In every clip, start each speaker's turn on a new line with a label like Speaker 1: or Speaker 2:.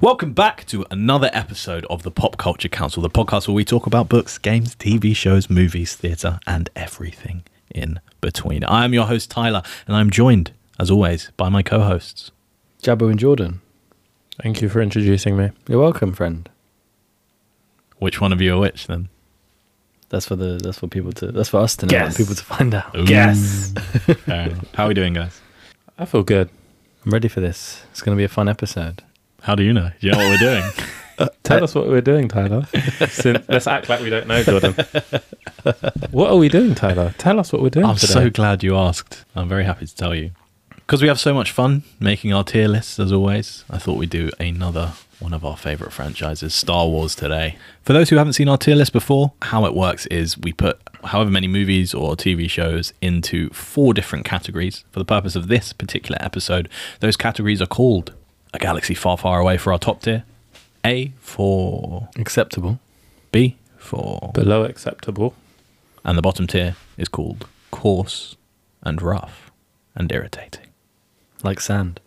Speaker 1: Welcome back to another episode of the Pop Culture Council, the podcast where we talk about books, games, TV shows, movies, theatre, and everything in between. I am your host, Tyler, and I'm joined, as always, by my co hosts.
Speaker 2: Jabu and Jordan.
Speaker 3: Thank you for introducing me.
Speaker 2: You're welcome, friend.
Speaker 1: Which one of you are which then?
Speaker 2: That's for the that's for people to that's for us to know and
Speaker 3: Guess.
Speaker 2: people to find out.
Speaker 3: Yes.
Speaker 1: Fair enough. How are we doing, guys?
Speaker 3: I feel good.
Speaker 2: I'm ready for this. It's gonna be a fun episode. Uh,
Speaker 1: How do you know? Do you know what we're doing?
Speaker 3: Tell us what we're doing, Tyler. Sin- let's act like we don't know, Jordan. what are we doing, Tyler? Tell us what we're doing.
Speaker 1: I'm
Speaker 3: today.
Speaker 1: so glad you asked. I'm very happy to tell you. Because we have so much fun making our tier lists, as always, I thought we'd do another one of our favourite franchises, Star Wars, today. For those who haven't seen our tier list before, how it works is we put however many movies or TV shows into four different categories. For the purpose of this particular episode, those categories are called A Galaxy Far, Far Away for our top tier, A for
Speaker 2: Acceptable.
Speaker 1: B for
Speaker 3: below acceptable.
Speaker 1: and the bottom tier is called coarse and rough and irritating,
Speaker 2: Like sand.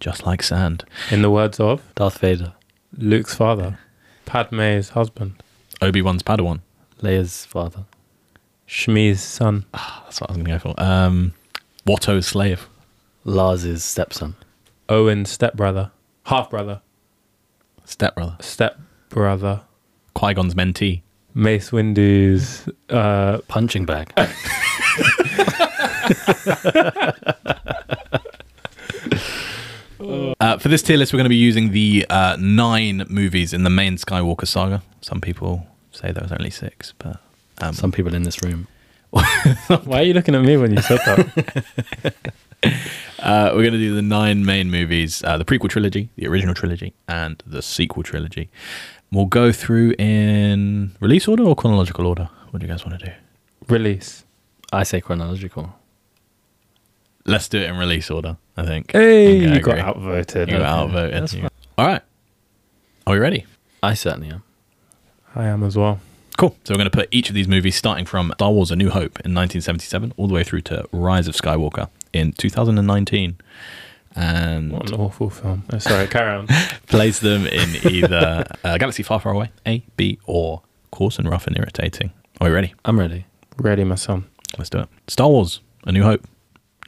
Speaker 1: just like sand.
Speaker 3: In the words of
Speaker 2: Darth Vader.
Speaker 3: Luke's father, Padme's husband,
Speaker 1: Obi Wan's Padawan.
Speaker 2: Leia's father.
Speaker 3: Shmi's son,
Speaker 1: That's what I was going to go for. Um, Watto's slave.
Speaker 2: Lars's stepson.
Speaker 3: Owen's stepbrother, half brother,
Speaker 1: Stepbrother.
Speaker 3: stepbrother,
Speaker 1: Qui Gon's mentee.
Speaker 3: Mace Windu's uh,
Speaker 2: Punching bag.
Speaker 1: Uh, for this tier list, we're going to be using the uh, nine movies in the main Skywalker saga. Some people say there was only six, but um,
Speaker 2: Some people in this room.
Speaker 3: Why are you looking at me when you said that?
Speaker 1: Uh, we're going to do the nine main movies uh, the prequel trilogy, the original trilogy, and the sequel trilogy. We'll go through in release order or chronological order? What do you guys want to do?
Speaker 3: Release.
Speaker 2: I say chronological.
Speaker 1: Let's do it in release order, I think.
Speaker 3: Hey,
Speaker 1: Yeah, I
Speaker 3: you got
Speaker 1: agree.
Speaker 3: outvoted.
Speaker 1: You got
Speaker 2: that's
Speaker 1: outvoted. You- All right. Are we ready?
Speaker 2: I certainly am.
Speaker 3: I am as well.
Speaker 1: Cool. So we're going to put each of these movies starting from Star Wars A New Hope in 1977 all the way through to Rise of Skywalker in 2019. And
Speaker 3: What an awful film. Oh, sorry, carry on.
Speaker 1: place them in either uh, Galaxy Far Far Away, A, B, or Coarse and Rough and Irritating. Are you ready?
Speaker 2: I'm ready.
Speaker 3: Ready, my son.
Speaker 1: Let's do it. Star Wars: A New Hope,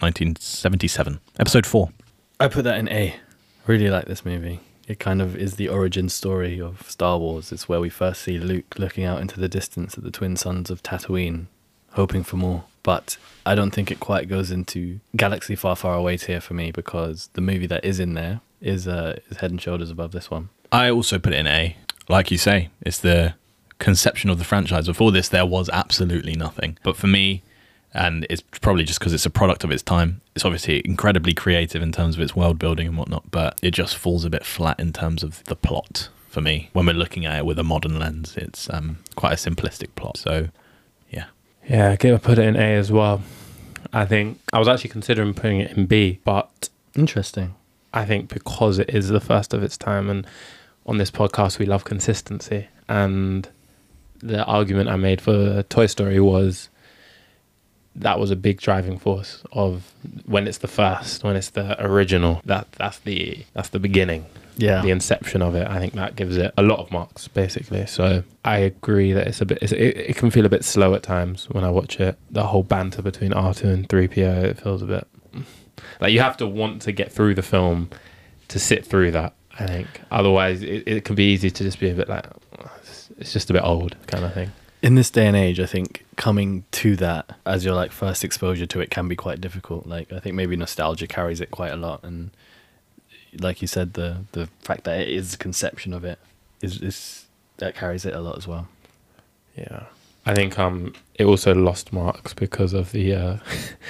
Speaker 1: 1977, Episode Four.
Speaker 2: I put that in A. Really like this movie. It kind of is the origin story of Star Wars. It's where we first see Luke looking out into the distance at the twin sons of Tatooine, hoping for more. But I don't think it quite goes into Galaxy Far Far Away tier for me because the movie that is in there is uh, is head and shoulders above this one.
Speaker 1: I also put it in A. Like you say, it's the conception of the franchise. Before this, there was absolutely nothing. But for me, and it's probably just because it's a product of its time. It's obviously incredibly creative in terms of its world building and whatnot, but it just falls a bit flat in terms of the plot for me. When we're looking at it with a modern lens, it's um, quite a simplistic plot. So, yeah,
Speaker 3: Yeah, I get to put it in A as well. I think I was actually considering putting it in B, but
Speaker 2: Interesting.
Speaker 3: I think because it is the first of its time, and on this podcast we love consistency, and the argument I made for Toy Story was that was a big driving force of when it's the first, when it's the original. That that's the that's the beginning.
Speaker 2: Yeah.
Speaker 3: the inception of it. I think that gives it a lot of marks, basically. So I agree that it's a bit. It's, it, it can feel a bit slow at times when I watch it. The whole banter between R two and three PO, it feels a bit like you have to want to get through the film to sit through that. I think otherwise it, it can be easy to just be a bit like "Oh, it's- it's just a bit old kind of thing.
Speaker 2: in this day and age, I think coming to that as your like first exposure to it can be quite difficult. Like I think maybe nostalgia carries it quite a lot, and like you said, the the fact that it is the conception of it is is that carries it a lot as well.
Speaker 3: Yeah, I think um it also lost marks because of the uh,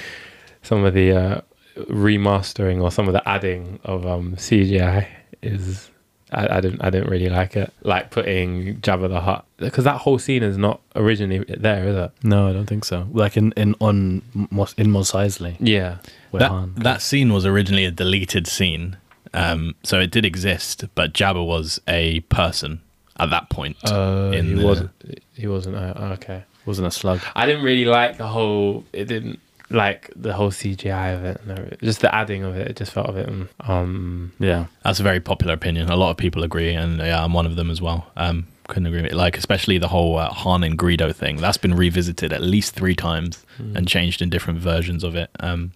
Speaker 3: some of the uh, remastering or some of the adding of um CGI is I, I didn't I didn't really like it like putting Jabba the Hutt because that whole scene is not originally there is it
Speaker 2: No, I don't think so. Like in in on Mos- in Mos Eisley,
Speaker 3: yeah
Speaker 2: where
Speaker 1: that,
Speaker 2: Han-
Speaker 1: that scene was originally a deleted scene. Um, so it did exist, but Jabba was a person at that point.
Speaker 3: uh,
Speaker 1: in
Speaker 3: he
Speaker 1: the-
Speaker 3: wasn't he wasn't uh, okay
Speaker 2: wasn't a slug.
Speaker 3: I didn't really like the whole it didn't like the whole CGI of it and everything. just the adding of it. It just felt a bit mm, um
Speaker 2: Yeah.
Speaker 1: That's a very popular opinion. A lot of people agree, and yeah, I'm one of them as well. Um, couldn't agree with like especially the whole uh, Han and Greedo thing. That's been revisited at least three times
Speaker 3: Hmm.
Speaker 1: and changed in different versions of it. Um,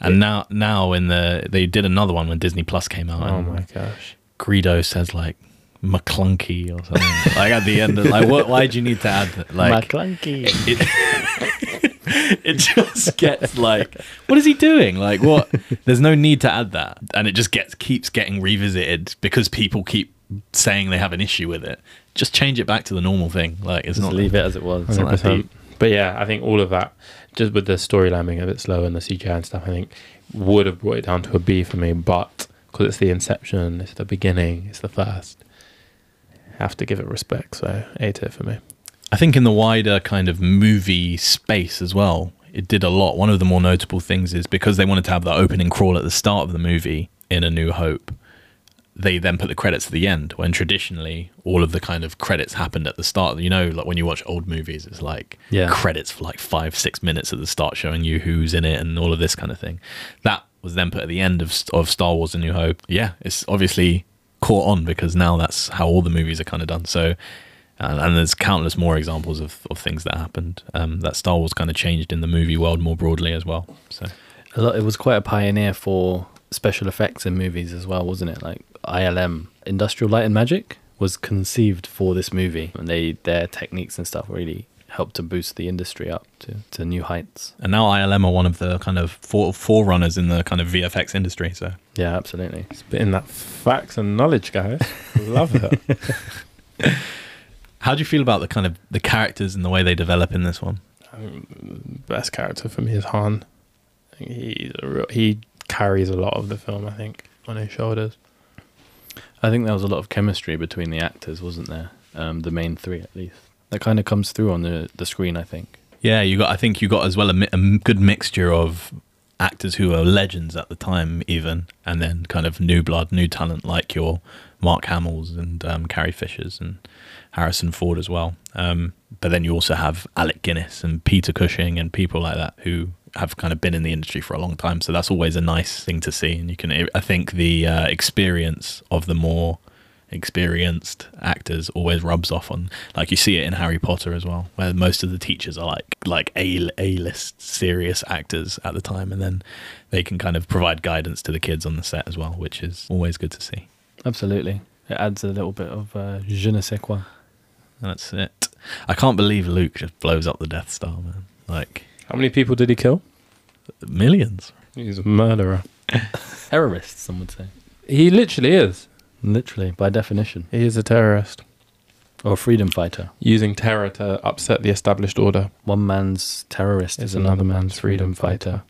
Speaker 1: and now now in the they did another one when Disney Plus came out.
Speaker 3: oh
Speaker 1: and
Speaker 3: my gosh.
Speaker 1: Greedo says like McClunky or something like at the end. Like what? Why do you need to add that? Like
Speaker 2: McClunky.
Speaker 1: it, it just gets like what is he doing like what there's no need to add that and it just gets keeps getting revisited because people keep saying they have an issue with it just change it back to the normal thing like it's
Speaker 2: Just
Speaker 1: not
Speaker 2: leave it as it was.
Speaker 1: It's not that
Speaker 3: 100%.
Speaker 1: deep.
Speaker 3: But yeah, I think all of that, just with the storyline being a bit slow and the CGI and stuff, I think would have brought it down to a B for me. But because it's the inception, it's the beginning, it's the first, have to give it respect. So A tier for me.
Speaker 1: I think in the wider kind of movie space as well, it did a lot. One of the more notable things is because they wanted to have that opening crawl at the start of the movie in A New Hope, they then put the credits at the end when traditionally all of the kind of credits happened at the start. You know, like when you watch old movies, it's like
Speaker 2: Yeah.
Speaker 1: credits for like five, six minutes at the start showing you who's in it and all of this kind of thing. That was then put at the end of, of Star Wars A New Hope. Yeah, it's obviously caught on because now that's how all the movies are kind of done. So, and, and there's countless more examples of, of things that happened um, that Star Wars kind of changed in the movie world more broadly as well. So,
Speaker 2: A lot, it was quite a pioneer for special effects in movies as well, wasn't it? Like ILM, Industrial Light and Magic, was conceived for this movie, and they their techniques and stuff really helped to boost the industry up to, to new heights.
Speaker 1: and now ILM are one of the kind of fore, forerunners in the kind of VFX industry. So,
Speaker 2: Yeah, absolutely.
Speaker 3: Spitting that facts and knowledge, guys. Love it.
Speaker 1: How do you feel about the kind of the characters and the way they develop in this one?
Speaker 3: best character for me is Han. I think He's a real, he carries a lot of the film, I think, on his shoulders.
Speaker 2: I think there was a lot of chemistry between the actors, wasn't there? Um, the main three, at least. That kind of comes through on the, the screen, I think.
Speaker 1: Yeah, you got. I think you got as well a, mi- a m- good mixture of actors who were legends at the time, even, and then kind of new blood, new talent like your Mark Hamill's and um, Carrie Fisher's and Harrison Ford as well. Um, but then you also have Alec Guinness and Peter Cushing and people like that who have kind of been in the industry for a long time. So that's always a nice thing to see, and you can. I think the uh, experience of the more experienced actors always rubs off on like you see it in Harry Potter as well where most of the teachers are like like A A-list serious actors at the time and then they can kind of provide guidance to the kids on the set as well which is always good to see
Speaker 2: Absolutely. It adds a little bit of uh, je ne sais quoi.
Speaker 1: and that's it I can't believe Luke just blows up the Death Star man like
Speaker 3: How many people did he kill?
Speaker 1: millions
Speaker 3: He's a murderer.
Speaker 2: Terrorists, some would say.
Speaker 3: He literally is.
Speaker 2: Literally, by definition.
Speaker 3: He is a terrorist.
Speaker 2: Or a freedom fighter.
Speaker 3: Using terror to upset the established order.
Speaker 2: One man's terrorist
Speaker 3: It's
Speaker 2: is another man's freedom fighter.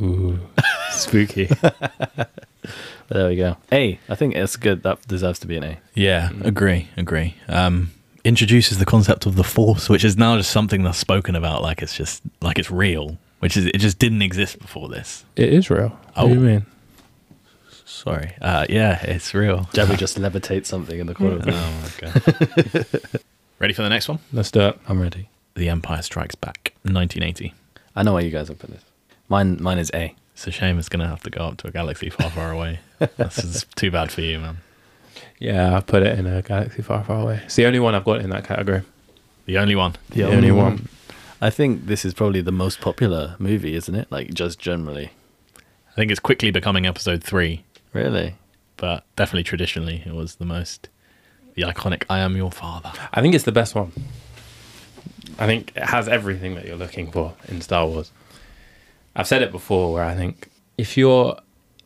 Speaker 3: Ooh. Spooky.
Speaker 2: There we go. A. I think it's good. That deserves to be an A.
Speaker 1: yeah agree agree um introduces the concept of the force which is now just something that's spoken about like it's just like it's real which is it just didn't exist before this
Speaker 3: It is real.
Speaker 1: Oh.
Speaker 3: What do you mean?
Speaker 1: sorry uh yeah it's real
Speaker 2: Jabby just levitates something in the corner of the
Speaker 1: Oh
Speaker 2: room.
Speaker 1: my god. Ready for the next one?
Speaker 3: Let's do it.
Speaker 2: I'm ready.
Speaker 1: The Empire Strikes Back, 1980.
Speaker 2: I know why you guys have put this. Mine, mine is A.
Speaker 1: It's a shame it's going to have to go up to a galaxy far, far away. This is too bad for you, man.
Speaker 3: Yeah, I put it in a galaxy far, far away. It's the only one I've got in that category.
Speaker 1: The only one.
Speaker 2: The
Speaker 3: only one.
Speaker 2: I think this is probably the most popular movie, isn't it? Like just generally.
Speaker 1: I think it's quickly becoming episode three,
Speaker 2: Really?
Speaker 1: but definitely traditionally it was the most. The iconic I Am Your Father.
Speaker 3: I think it's the best one. I think it has everything that you're looking for in Star Wars. I've said it before where I think if you're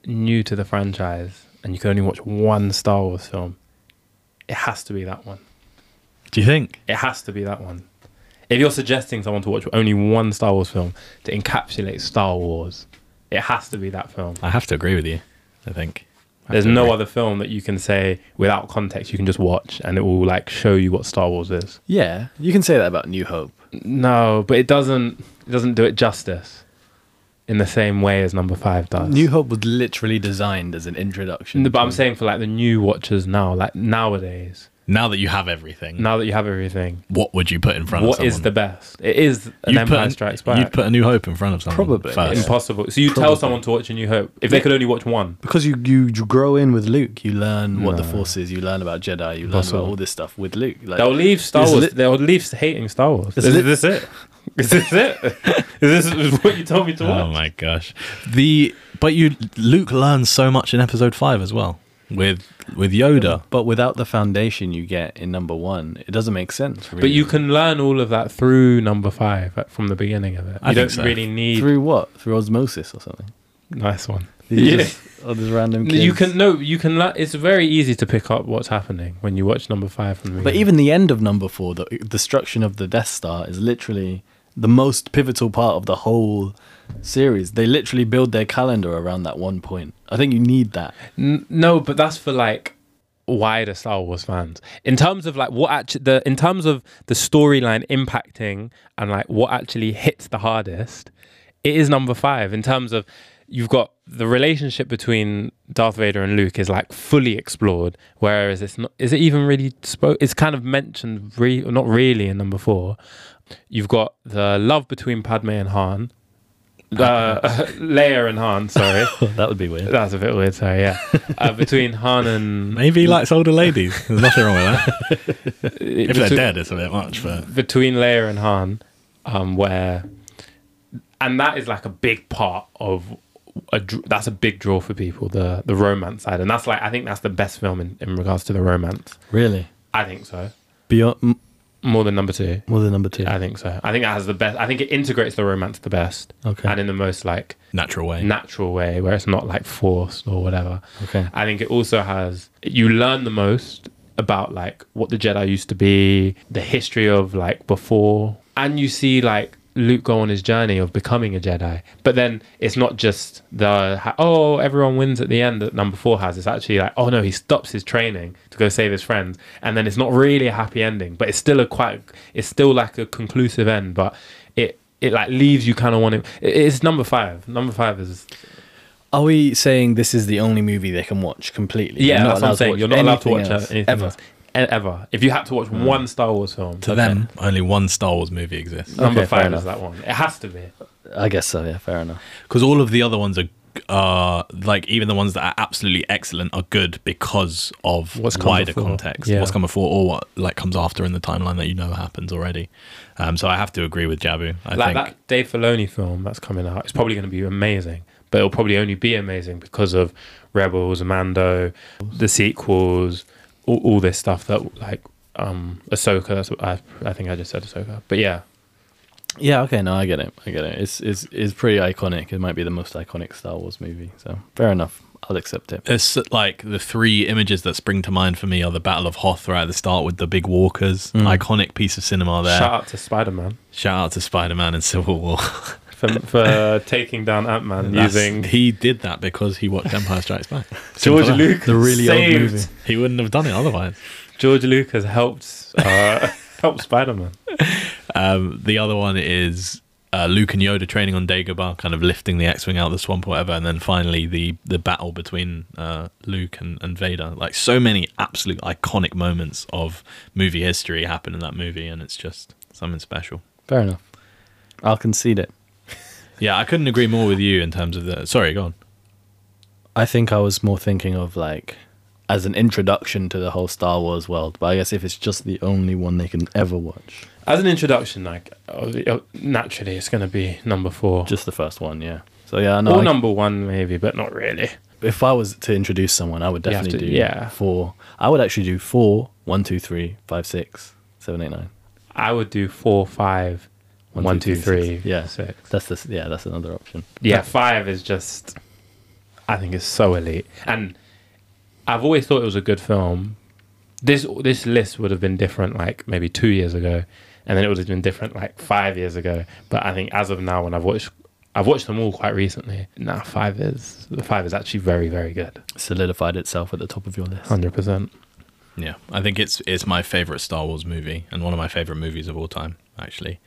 Speaker 3: new to the franchise and you can only watch one Star Wars film, it has to be that one.
Speaker 1: Do you think?
Speaker 3: It has to be that one. If you're suggesting someone to watch only one Star Wars film to encapsulate Star Wars, it has to be that film.
Speaker 1: I have to agree with you, I think. I have
Speaker 3: There's
Speaker 1: to
Speaker 3: no
Speaker 1: agree.
Speaker 3: other film that you can say without context you can just watch and it will like show you what Star Wars is.
Speaker 2: Yeah. You can say that about New Hope.
Speaker 3: No, but it doesn't it doesn't do it justice in the same way as number 5 does.
Speaker 2: New Hope was literally designed as an introduction.
Speaker 3: No, but I'm
Speaker 2: to-
Speaker 3: saying for like the new watchers now, like nowadays,
Speaker 1: Now that you have everything,
Speaker 3: Now that you have everything,
Speaker 1: what would you put in
Speaker 3: what
Speaker 1: front
Speaker 3: is
Speaker 1: of someone?
Speaker 3: the best? It is
Speaker 1: You'd
Speaker 3: an
Speaker 1: put
Speaker 3: Empire
Speaker 1: an-
Speaker 3: Strikes Back.
Speaker 1: You'd put a New Hope in front of someone.
Speaker 2: Probably,
Speaker 1: first.
Speaker 2: yeah.
Speaker 3: Impossible. So you tell
Speaker 2: Probably.
Speaker 3: someone to watch A New Hope if they could only watch one.
Speaker 2: Because you, you you grow in with Luke, you learn what the
Speaker 3: No.
Speaker 2: Force is, you learn about Jedi, you learn
Speaker 3: Impossible.
Speaker 2: about all this stuff with Luke. Like,
Speaker 3: They'll leave Star
Speaker 2: Is
Speaker 3: Wars.
Speaker 2: it-
Speaker 3: They'll leave hating Star Wars. Is,
Speaker 2: Is it-
Speaker 3: this it? Is this it? Is this what you told me to
Speaker 1: Oh
Speaker 3: watch?
Speaker 1: my gosh. The but you Luke learns so much in episode 5 as well with with Yoda.
Speaker 2: but without the foundation you get in number one, it doesn't make sense. Really.
Speaker 3: But you can learn all of that through number five like, from the beginning of it.
Speaker 1: I
Speaker 3: you
Speaker 1: think
Speaker 3: don't
Speaker 1: so.
Speaker 3: really need
Speaker 2: through what? Through osmosis or something?
Speaker 3: nice one.
Speaker 2: These
Speaker 3: Yeah.
Speaker 2: yeah. just, all these random. Kids.
Speaker 3: You can no, you can. lear- It's very easy to pick up what's happening when you watch number five from the
Speaker 2: But
Speaker 3: beginning.
Speaker 2: even the end of number four, the destruction of the Death Star is literally the most pivotal part of the whole series. They literally build their calendar around that one point. I think you need that.
Speaker 3: N- no, but that's for like wider Star Wars fans. In terms of like what actually the in terms of the storyline impacting and like what actually hits the hardest, it is number five. In terms of you've got the relationship between Darth Vader and Luke is like fully explored, whereas it's not. Is it even really spoke? It's kind of mentioned, re- not really, in number four. You've got the love between Padme and Han. Uh, Leia and Han, sorry.
Speaker 2: that would be weird.
Speaker 3: That's a bit weird. Sorry, yeah. uh, between Han and
Speaker 1: Maybe he likes older ladies. There's nothing wrong with that. If they're
Speaker 3: between,
Speaker 1: dead, it's a bit much, but
Speaker 3: between Leia and Han, um, where and that is like a big part of a dr- that's a big draw for people the the romance side, and that's like I think that's the best film in, in regards to the romance.
Speaker 2: Really?
Speaker 3: I think so.
Speaker 2: Beyond m-
Speaker 3: More than number two,
Speaker 2: more than number two.
Speaker 3: I think so. I think that has the best. I think it integrates the romance the best,
Speaker 2: Okay.
Speaker 3: and in the most like
Speaker 1: natural way.
Speaker 3: natural way where it's not like forced or whatever.
Speaker 2: Okay.
Speaker 3: I think it also has you learn the most about like what the Jedi used to be, the history of like before, and you see like Luke go on his journey of becoming a Jedi. But then it's not just the ha- oh everyone wins at the end that number four has. It's actually like oh no he stops his training to go save his friends, and then it's not really a happy ending, but it's still a quite it's still like a conclusive end, but it. It like leaves you kind of wanting. it- It's number five. Number five is
Speaker 2: Are we saying this is the only movie they can watch completely?
Speaker 3: Yeah,
Speaker 2: They're
Speaker 3: that's what I'm
Speaker 2: allowed to
Speaker 3: saying.
Speaker 2: watch
Speaker 3: You're not allowed to watch
Speaker 2: anything
Speaker 3: uh,
Speaker 2: else,
Speaker 3: anything
Speaker 2: ever. Hmm.
Speaker 3: else. E- Ever. If you had to watch one Star Wars film,
Speaker 1: To them, only one Star Wars movie exists.
Speaker 3: number
Speaker 2: Okay, fair
Speaker 3: five
Speaker 2: enough.
Speaker 3: is that one. It has to be.
Speaker 2: I guess so. Yeah, fair enough.
Speaker 1: Because all of the other ones are are like even the ones that are absolutely excellent are good because of
Speaker 3: What's come
Speaker 1: wider
Speaker 3: before.
Speaker 1: context.
Speaker 3: Yeah.
Speaker 1: What's come before or what like comes after in the timeline that you know happens already. Um, so I have to agree with Jabu. I
Speaker 3: like
Speaker 1: think
Speaker 3: that Dave Filoni film that's coming out. It's probably going to be amazing, but it'll probably only be amazing because of Rebels, Mando, the sequels, all, all this stuff that like um Ahsoka. That's what I I think I just said Ahsoka, but yeah,
Speaker 2: Yeah. Okay. No, I get it. I get it. It's it's it's pretty iconic. It might be the most iconic Star Wars movie. So fair enough. I'll accept it.
Speaker 1: it's like the three images that spring to mind for me are the Battle of Hoth right at the start with the big walkers, iconic piece of cinema there.
Speaker 3: Mm. shout out to Spider Man
Speaker 1: Shout out to Spider Man and Civil War.
Speaker 3: for, for taking down Ant Man
Speaker 1: That's-
Speaker 3: using
Speaker 1: he did that because he watched Empire Strikes Back. Simple
Speaker 3: George
Speaker 1: as that.
Speaker 3: Lucas.
Speaker 2: The really old
Speaker 3: saved
Speaker 2: movie.
Speaker 1: He wouldn't have done it otherwise.
Speaker 3: George Lucas helped uh, helped Spider Man.
Speaker 1: Um, the other one is uh, Luke and Yoda training on Dagobah, kind of lifting the X-wing out of the swamp, or whatever. And then finally, the the battle between uh, Luke and, and Vader. Like so many absolute iconic moments of movie history happen in that movie, and it's just something special.
Speaker 2: Fair enough. I'll concede it.
Speaker 1: Yeah, I couldn't agree more with you in terms of the. Sorry, go on.
Speaker 2: I think I was more thinking of like as an introduction to the whole Star Wars world. But I guess if it's just the only one they can ever watch,
Speaker 3: As an introduction, like oh, oh, naturally, it's going to be number four
Speaker 2: just the first one, yeah. So yeah, no,
Speaker 3: or
Speaker 2: I-
Speaker 3: number one, maybe, but not really.
Speaker 2: if I was to introduce someone, I would
Speaker 3: You have
Speaker 2: definitely
Speaker 3: to-
Speaker 2: do
Speaker 3: yeah.
Speaker 2: four. I would actually do four, one, two, three, five, six, seven, eight, nine.
Speaker 3: I would do four, five,
Speaker 2: One,
Speaker 3: one,
Speaker 2: two,
Speaker 3: two,
Speaker 2: three,
Speaker 3: three,
Speaker 2: six. Yeah.
Speaker 3: six.
Speaker 2: That's this. Yeah, that's another option.
Speaker 3: Yeah, five is just. I think it's so elite, and I've always thought it was a good film. This this list would have been different, like maybe two years ago, and then it would have been different, like five years ago. But I think as of now, when I've watched, I've watched them all quite recently. Now five is five is actually very very good,
Speaker 2: Solidified itself at the top of your list.
Speaker 3: hundred percent.
Speaker 1: Yeah, I think it's it's my favorite Star Wars movie and one of my favorite movies of all time. Actually,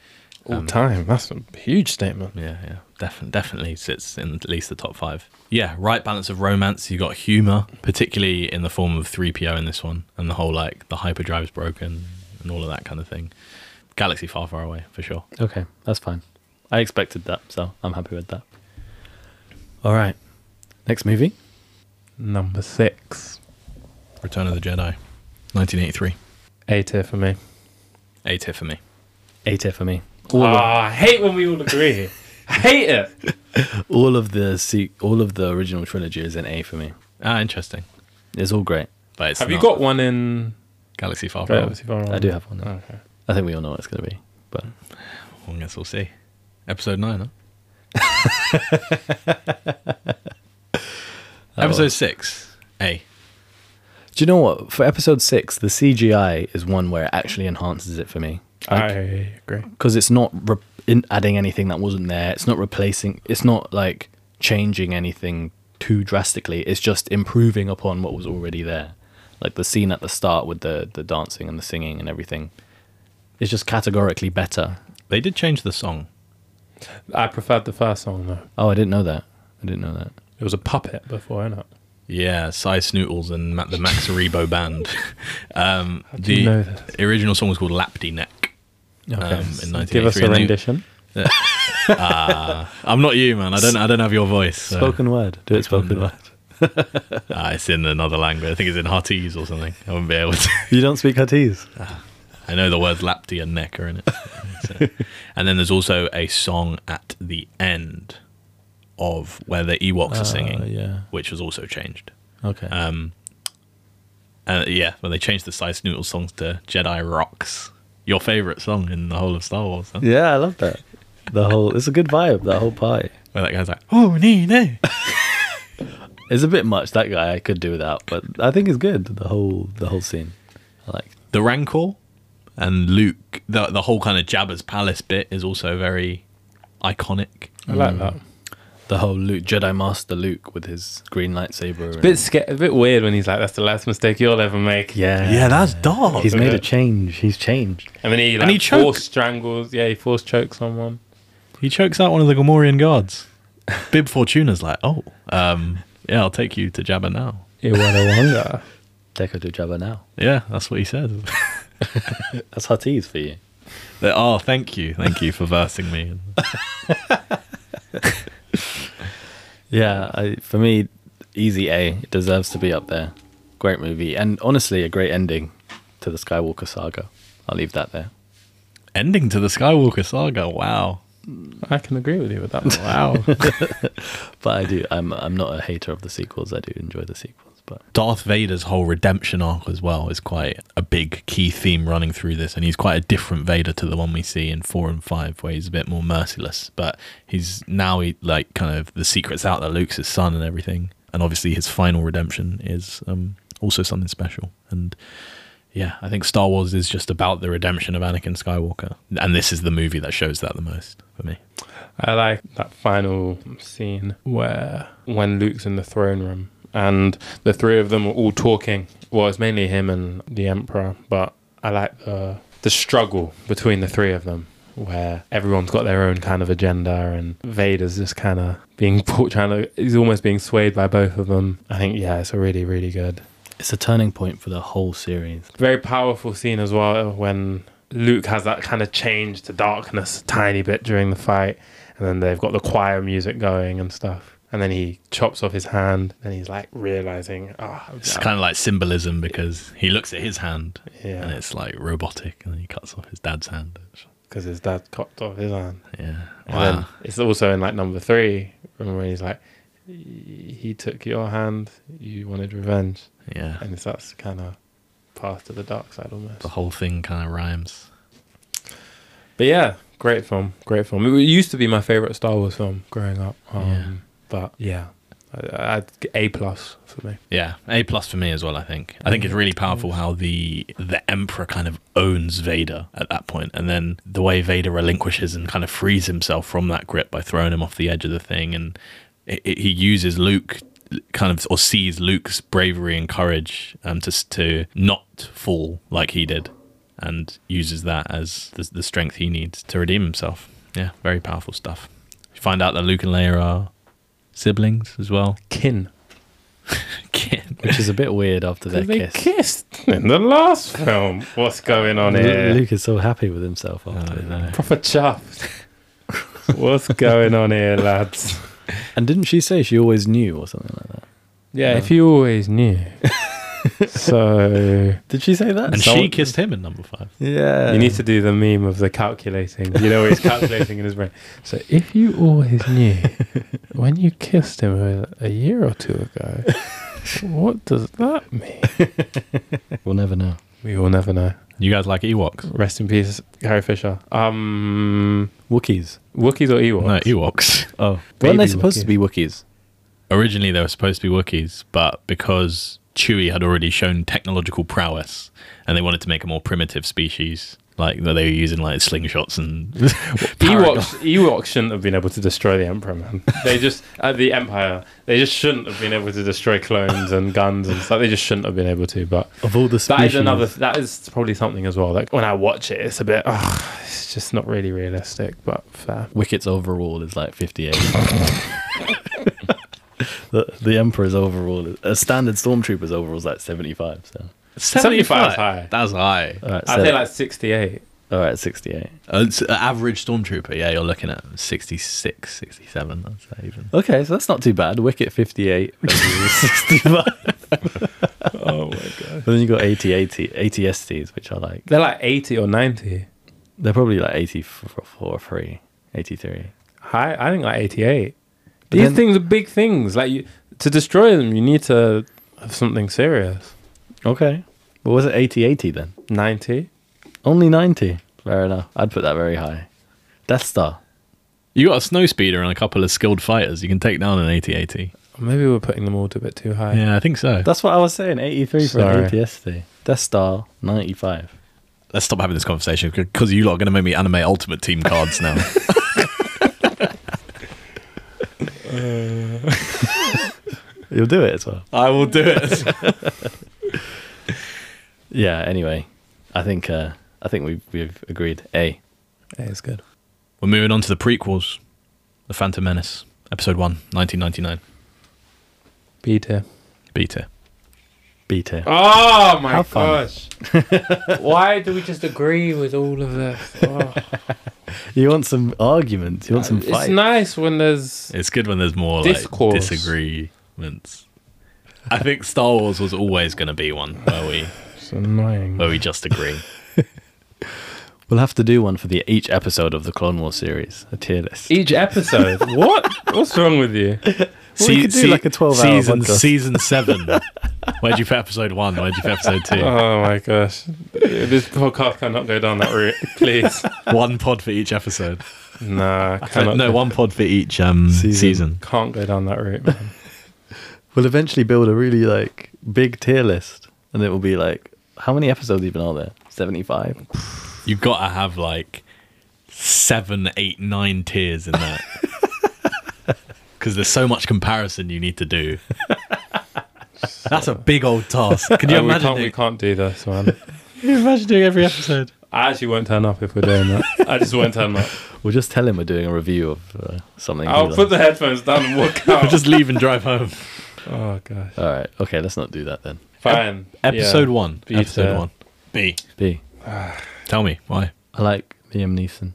Speaker 3: all
Speaker 1: Um,
Speaker 3: time. That's a huge statement.
Speaker 1: Yeah, yeah, definitely, definitely sits in at least the top five. Yeah, right balance of romance. You got humor, particularly in the form of three PO in this one, and the whole like the hyperdrive's broken and all of that kind of thing. Galaxy far, far away for sure.
Speaker 2: Okay, that's fine. I expected that, so I'm happy with that. All right. Next movie.
Speaker 3: Number six,
Speaker 1: Return of the Jedi, 1983.
Speaker 3: A tier for me.
Speaker 1: A tier for me.
Speaker 2: A tier for me.
Speaker 3: Ah, I hate when we all agree. I hate it.
Speaker 2: All of the se- all of the original trilogy is an A for me.
Speaker 1: Ah, interesting.
Speaker 2: It's all great.
Speaker 1: But it's
Speaker 3: Have you
Speaker 1: not Oh,
Speaker 3: got one in?
Speaker 1: Galaxy far, far
Speaker 3: Right,
Speaker 1: away?
Speaker 3: obviously, if I'm wrong.
Speaker 2: I do have one.
Speaker 3: Okay.
Speaker 2: I think we all know what it's going to be. But
Speaker 1: Well, I guess we'll see. Episode nine, huh? Episode six. A.
Speaker 2: do you know what? For episode six, the CGI is one where it actually enhances it for me.
Speaker 3: I agree.
Speaker 2: because it's not re- in adding anything that wasn't there. It's not replacing. It's not like changing anything too drastically. It's just improving upon what was already there. Like the scene at the start with the the dancing and the singing and everything. It's just categorically better.
Speaker 1: They did change the song.
Speaker 3: I preferred the first song though.
Speaker 2: Oh, I didn't know that. I didn't know that.
Speaker 3: It was a puppet before, innit?
Speaker 1: Yeah, Cy Snootles and Ma- the Max Rebo band. um, the
Speaker 3: you know this?
Speaker 1: the original song was called Lapdy Neck. Um, in 1983,
Speaker 3: Give us a
Speaker 1: and they-
Speaker 3: rendition.
Speaker 1: I'm not you, man. I don't. I don't have your voice. so-
Speaker 2: Spoken word. Do it spoken word.
Speaker 1: Ah, it's in another language. I think it's in Huttese or something. I wouldn't be able to.
Speaker 2: You don't speak Huttese.
Speaker 1: I know the words Lapdi and neck are in it. So- and then there's also a song at the end of where the Ewoks are singing,
Speaker 2: Ah, Uh, yeah.
Speaker 1: which was also changed.
Speaker 2: Okay.
Speaker 1: Um, uh, yeah, when they changed the Size Noodle songs to Jedi Rocks, your favorite song in the whole of Star Wars, huh?
Speaker 2: yeah, I love that. The whole it's a good vibe. That whole party.
Speaker 1: where that guy's like, "Oh, nee, nee."
Speaker 2: It's a bit much. That guy I could do without, but I think it's good. The whole the whole scene. I like.
Speaker 1: the Rancor and Luke, the the whole kind of Jabba's palace bit is also very iconic.
Speaker 3: I like that.
Speaker 2: the whole Luke Jedi Master Luke with his green lightsaber. and-
Speaker 3: Bit sca- a bit weird when he's like, "That's the last mistake you'll ever make."
Speaker 2: yeah,
Speaker 1: that's dark.
Speaker 2: He's made
Speaker 3: Okay.
Speaker 2: a change. He's changed.
Speaker 3: and then he like
Speaker 1: And he choke-
Speaker 3: force strangles. Yeah, he force chokes someone.
Speaker 1: He chokes out one of the Gomorian guards. Bib Fortuna's like, "Oh, um, yeah, I'll take you to Jabba now."
Speaker 3: Iwanawanga.
Speaker 2: Take her to Jabba now.
Speaker 1: Yeah, that's what he says.
Speaker 2: That's Huttese for you.
Speaker 1: They- oh, thank you, thank you for versing me.
Speaker 2: Yeah, I, for me, easy A. It deserves to be up there. Great movie, and honestly, a great ending to the Skywalker saga. I'll leave that there.
Speaker 1: Ending to the Skywalker saga. Wow.
Speaker 3: I can agree with you with that. One.
Speaker 1: Wow.
Speaker 2: But I do. I'm I'm not a hater of the sequels. I do enjoy the sequels, but
Speaker 1: Darth Vader's whole redemption arc as well is quite a big key theme running through this, and he's quite a different Vader to the one we see in four and five, where he's a bit more merciless. But he's now he, like kind of the secret's out that Luke's his son and everything, and obviously his final redemption is um, also something special. And yeah, I think Star Wars is just about the redemption of Anakin Skywalker, and this is the movie that shows that the most for me.
Speaker 3: I like that final scene where when Luke's in the throne room and the three of them are all talking. Well, it's mainly him and the Emperor, but I like the the struggle between the three of them where everyone's got their own kind of agenda and Vader's just kind of being pulled- trying to he's almost being swayed by both of them. I think yeah, it's a really really good
Speaker 2: it's a turning point for the whole series.
Speaker 3: very powerful scene as well when Luke has that kind of change to darkness a tiny bit during the fight, and then they've got the choir music going and stuff. And then he chops off his hand, and he's like realizing, ah,
Speaker 1: It's kind of like symbolism because he looks at his hand and
Speaker 3: yeah,
Speaker 1: it's like robotic, and then he cuts off his dad's hand.
Speaker 3: because his dad chopped off his hand.
Speaker 1: Yeah.
Speaker 3: And then it's also in like number three, remember when he's like, he took your hand, you wanted revenge,
Speaker 1: yeah.
Speaker 3: and it's that's kind of path to the dark side almost.
Speaker 1: The whole thing kind of rhymes.
Speaker 3: But yeah, great film, great film. It used to be my favorite Star Wars film growing up. Um,
Speaker 1: Yeah.
Speaker 3: But yeah, I, I'd g- A plus for me.
Speaker 1: Yeah, A plus for me as well. I think. I think it's really powerful how the the Emperor kind of owns Vader at that point, and then the way Vader relinquishes and kind of frees himself from that grip by throwing him off the edge of the thing, and it, it, he uses Luke kind of or sees Luke's bravery and courage um, to s- to not fall like he did. and uses that as the, the strength he needs to redeem himself. Yeah, very powerful stuff. You find out that Luke and Leia are siblings as well.
Speaker 3: Kin.
Speaker 1: Kin.
Speaker 2: which is a bit weird after their
Speaker 3: They
Speaker 2: kiss.
Speaker 3: kissed in the last film. What's going on
Speaker 2: Lu-
Speaker 3: here?
Speaker 2: Luke is so happy with himself after
Speaker 1: I
Speaker 2: it.
Speaker 1: know.
Speaker 3: Proper chuffed. What's going on here, lads?
Speaker 2: And didn't she say she always knew or something like that?
Speaker 3: Yeah, if you always knew. so
Speaker 2: Did she say that?
Speaker 1: And she
Speaker 3: Someone-
Speaker 1: kissed him in number five.
Speaker 2: yeah.
Speaker 3: you need to do the meme of the calculating. You know, he's calculating in his brain. So if you always knew when you kissed him a, a year or two ago, what does that mean?
Speaker 2: We'll never know.
Speaker 3: We will never know.
Speaker 1: You guys like Ewoks?
Speaker 3: Rest in peace, Harry Fisher. Um,
Speaker 2: Wookiees.
Speaker 3: Wookiees or Ewoks?
Speaker 1: No, E- Ewoks.
Speaker 2: Oh,
Speaker 3: Baby
Speaker 2: weren't they supposed to
Speaker 3: Wookiees.
Speaker 2: be Wookiees?
Speaker 1: Originally, they were supposed to be Wookiees, but because Chewie had already shown technological prowess and they wanted to make a more primitive species, like that they were using like slingshots and
Speaker 3: Ewoks, Ewoks shouldn't have been able to destroy the Emperor, man. They just, uh, the Empire, they just shouldn't have been able to destroy clones and guns and stuff. They just shouldn't have been able to. But
Speaker 2: Of all the species.
Speaker 3: that is another, that is probably something as well. Like when I watch it, it's a bit, ugh, it's just not really realistic, but fair.
Speaker 2: Wicket's overall is like 58. the, the Emperor's overall, is, a standard Stormtrooper's overall is like 75. So,
Speaker 3: 75 is high.
Speaker 1: That's high.
Speaker 2: all right,
Speaker 3: I'd say like 68.
Speaker 2: all right 68.
Speaker 1: Uh, it's an average stormtrooper, yeah, you're looking at 66, 67, I'd say even.
Speaker 2: Okay, so that's not too bad. Wicket 58, Overall 65.
Speaker 3: oh my god.
Speaker 2: But then you got 80, 80, 80 STs, which are like,
Speaker 3: They're like 80 or 90.
Speaker 2: they're probably like 84 or 3, 83.
Speaker 3: High, I think like 88.
Speaker 2: But
Speaker 3: These
Speaker 2: then-
Speaker 3: things are big things. Like you, to destroy them, you need to have something serious.
Speaker 2: Okay. Well, was it 80, 80 then?
Speaker 3: 90.
Speaker 2: Only 90. Fair enough. I'd put that very high. Death Star.
Speaker 1: You got a snow speeder and a couple of skilled fighters. You can take down an 80 80.
Speaker 3: Maybe we're putting them all a bit too high.
Speaker 1: Yeah, I think so.
Speaker 2: That's what I was saying. 83 for an E
Speaker 3: Sorry.
Speaker 2: 80 ST. Death Star, 95.
Speaker 1: Let's stop having this conversation because you lot are going to make me animate Ultimate Team cards now.
Speaker 2: You'll do it as well.
Speaker 1: I will do it.
Speaker 2: Yeah, anyway. I think uh, I think we've, we've agreed. A.
Speaker 3: Yeah, it's good.
Speaker 1: We're moving on to the prequels The Phantom Menace, Episode 1, 1999.
Speaker 3: B tier.
Speaker 1: Beta.
Speaker 2: B tier.
Speaker 3: Oh my
Speaker 2: Have fun.
Speaker 3: Why do we just agree with all of this? Oh.
Speaker 2: You want some arguments. You want some
Speaker 3: It's
Speaker 2: fight.
Speaker 3: nice when there's.
Speaker 1: It's good when there's more
Speaker 3: Discourse.
Speaker 1: like disagreements. I think Star Wars was always going to be one where we
Speaker 3: It's annoying.
Speaker 1: where we just agree.
Speaker 2: We'll have to do one for the each episode of the Clone Wars series. A tier list.
Speaker 3: Each episode. what? What's wrong with you?
Speaker 2: Well, we could do like a 12 hour
Speaker 1: season
Speaker 2: podcast.
Speaker 1: season seven. Where'd you put episode one? Where'd you put episode two?
Speaker 3: Oh my gosh. This podcast cannot go down that route. Please.
Speaker 1: One pod for each episode.
Speaker 3: Nah, cannot.
Speaker 1: no,
Speaker 3: go-
Speaker 1: one pod for each um,
Speaker 2: Season.
Speaker 1: season.
Speaker 3: Can't go down that route, man.
Speaker 2: We'll eventually build a really like big tier list. And it will be like, how many episodes even are there? 75?
Speaker 1: You gotta have like seven, eight, nine tiers in that. Because there's so much comparison you need to do. That's a big old task. Can you
Speaker 3: Uh, we,
Speaker 1: imagine?
Speaker 3: can't, we can't do this, man.
Speaker 1: Can you imagine doing every episode?
Speaker 3: I actually won't turn up if we're doing that. I just won't turn up.
Speaker 2: We'll just tell him we're doing a review of uh, something. he
Speaker 3: I'll
Speaker 2: likes.
Speaker 3: put the headphones down and walk out.
Speaker 1: Just leave and drive home.
Speaker 3: oh gosh.
Speaker 2: All right. Okay, let's not do that then.
Speaker 3: Fine.
Speaker 1: Episode
Speaker 3: Yeah.
Speaker 1: one.
Speaker 3: Beta.
Speaker 1: Episode one. B.
Speaker 2: B.
Speaker 1: Tell me why.
Speaker 2: I like Liam Neeson.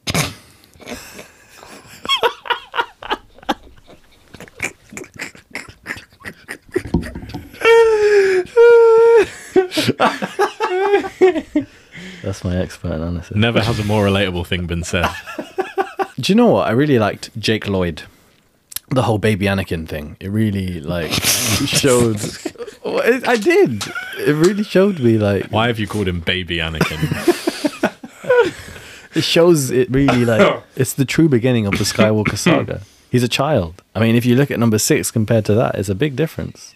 Speaker 2: That's my expert analysis.
Speaker 1: Never has a more relatable thing been said.
Speaker 2: Do you know what? I really liked Jake Lloyd. The whole baby Anakin thing. It really like showed. Well, it- I did. It really showed me like
Speaker 1: Why have you called him Baby Anakin?
Speaker 2: it shows it really like it's the true beginning of the Skywalker saga. He's a child. I mean, if you look at number six compared to that, it's a big difference.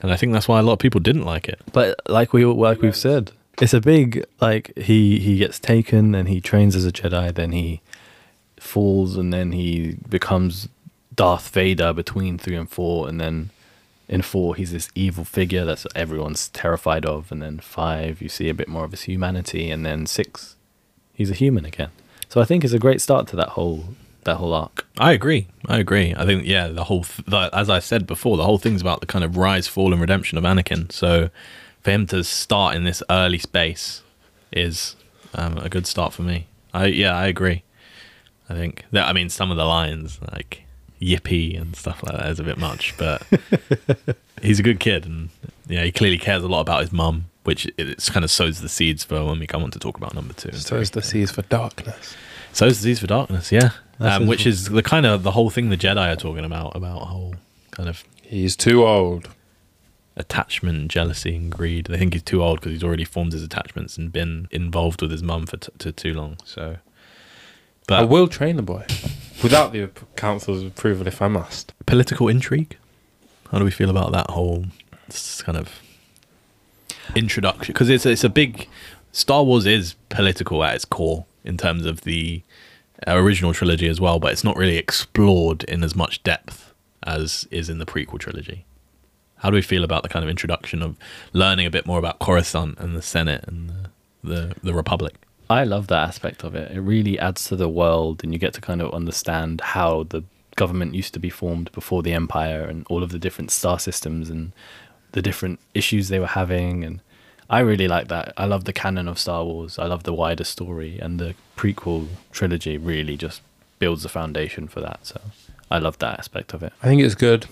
Speaker 1: and I think that's why a lot of people didn't like it.
Speaker 2: But like we like we've said, it's a big like he he gets taken and he trains as a Jedi, then he falls and then he becomes Darth Vader between three and four, and then In four, he's this evil figure that's everyone's terrified of, and then five, you see a bit more of his humanity, and then six, he's a human again. So I think it's a great start to that whole that whole arc.
Speaker 1: I agree. I agree. I think yeah, the whole th- the, as I said before, the whole thing's about the kind of rise, fall, and redemption of Anakin. So for him to start in this early space is um, a good start for me. I yeah, I agree. I think that I mean some of the lines like yippee and stuff like that is a bit much, but he's a good kid and yeah, he clearly cares a lot about his mum, which it, it's kind of sows the seeds for when we come on to talk about number two. and
Speaker 3: So
Speaker 1: three.
Speaker 3: is the seas for darkness.
Speaker 1: So is Disease for Darkness, yeah.
Speaker 2: That's
Speaker 1: Um, which
Speaker 2: awful.
Speaker 1: is the kind of the whole thing the Jedi are talking about, about whole kind of
Speaker 3: He's too old.
Speaker 1: attachment, jealousy, and greed. They think he's too old because he's already formed his attachments and been involved with his mum for t- to too long. So,
Speaker 3: I
Speaker 1: but
Speaker 3: will train the boy without the ap- council's approval if I must.
Speaker 1: political intrigue. How do we feel about that whole s- kind of introduction? Because it's it's a big Star Wars is political at its core in terms of the uh, original trilogy as well, but it's not really explored in as much depth as is in the prequel trilogy. How do we feel about the kind of introduction of learning a bit more about Coruscant and the Senate and the the, the Republic?
Speaker 2: I love that aspect of it. It really adds to the world, and you get to kind of understand how the government used to be formed before the empire, and all of the different star systems, and the different issues they were having. And I really like that. I love the canon of Star Wars. I love the wider story, and the prequel trilogy really just builds the foundation for that. So I love that aspect of it.
Speaker 3: I think it's good.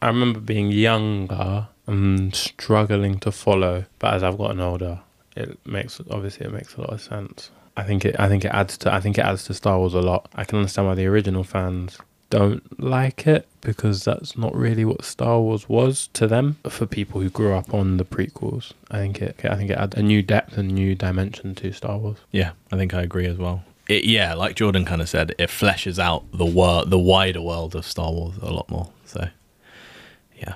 Speaker 3: I remember being younger and struggling to follow, but as I've gotten older, it makes obviously it makes a lot of sense. I think it I think it adds to I think it adds to Star Wars a lot. I can understand why the original fans don't like it because that's not really what Star Wars was to them. But for people who grew up on the prequels, I think it I think it adds a new depth and new dimension to Star Wars.
Speaker 1: Yeah, I think I agree as well. It, yeah, like Jordan kind of said, it fleshes out the world, the wider world of Star Wars a lot more. So, yeah,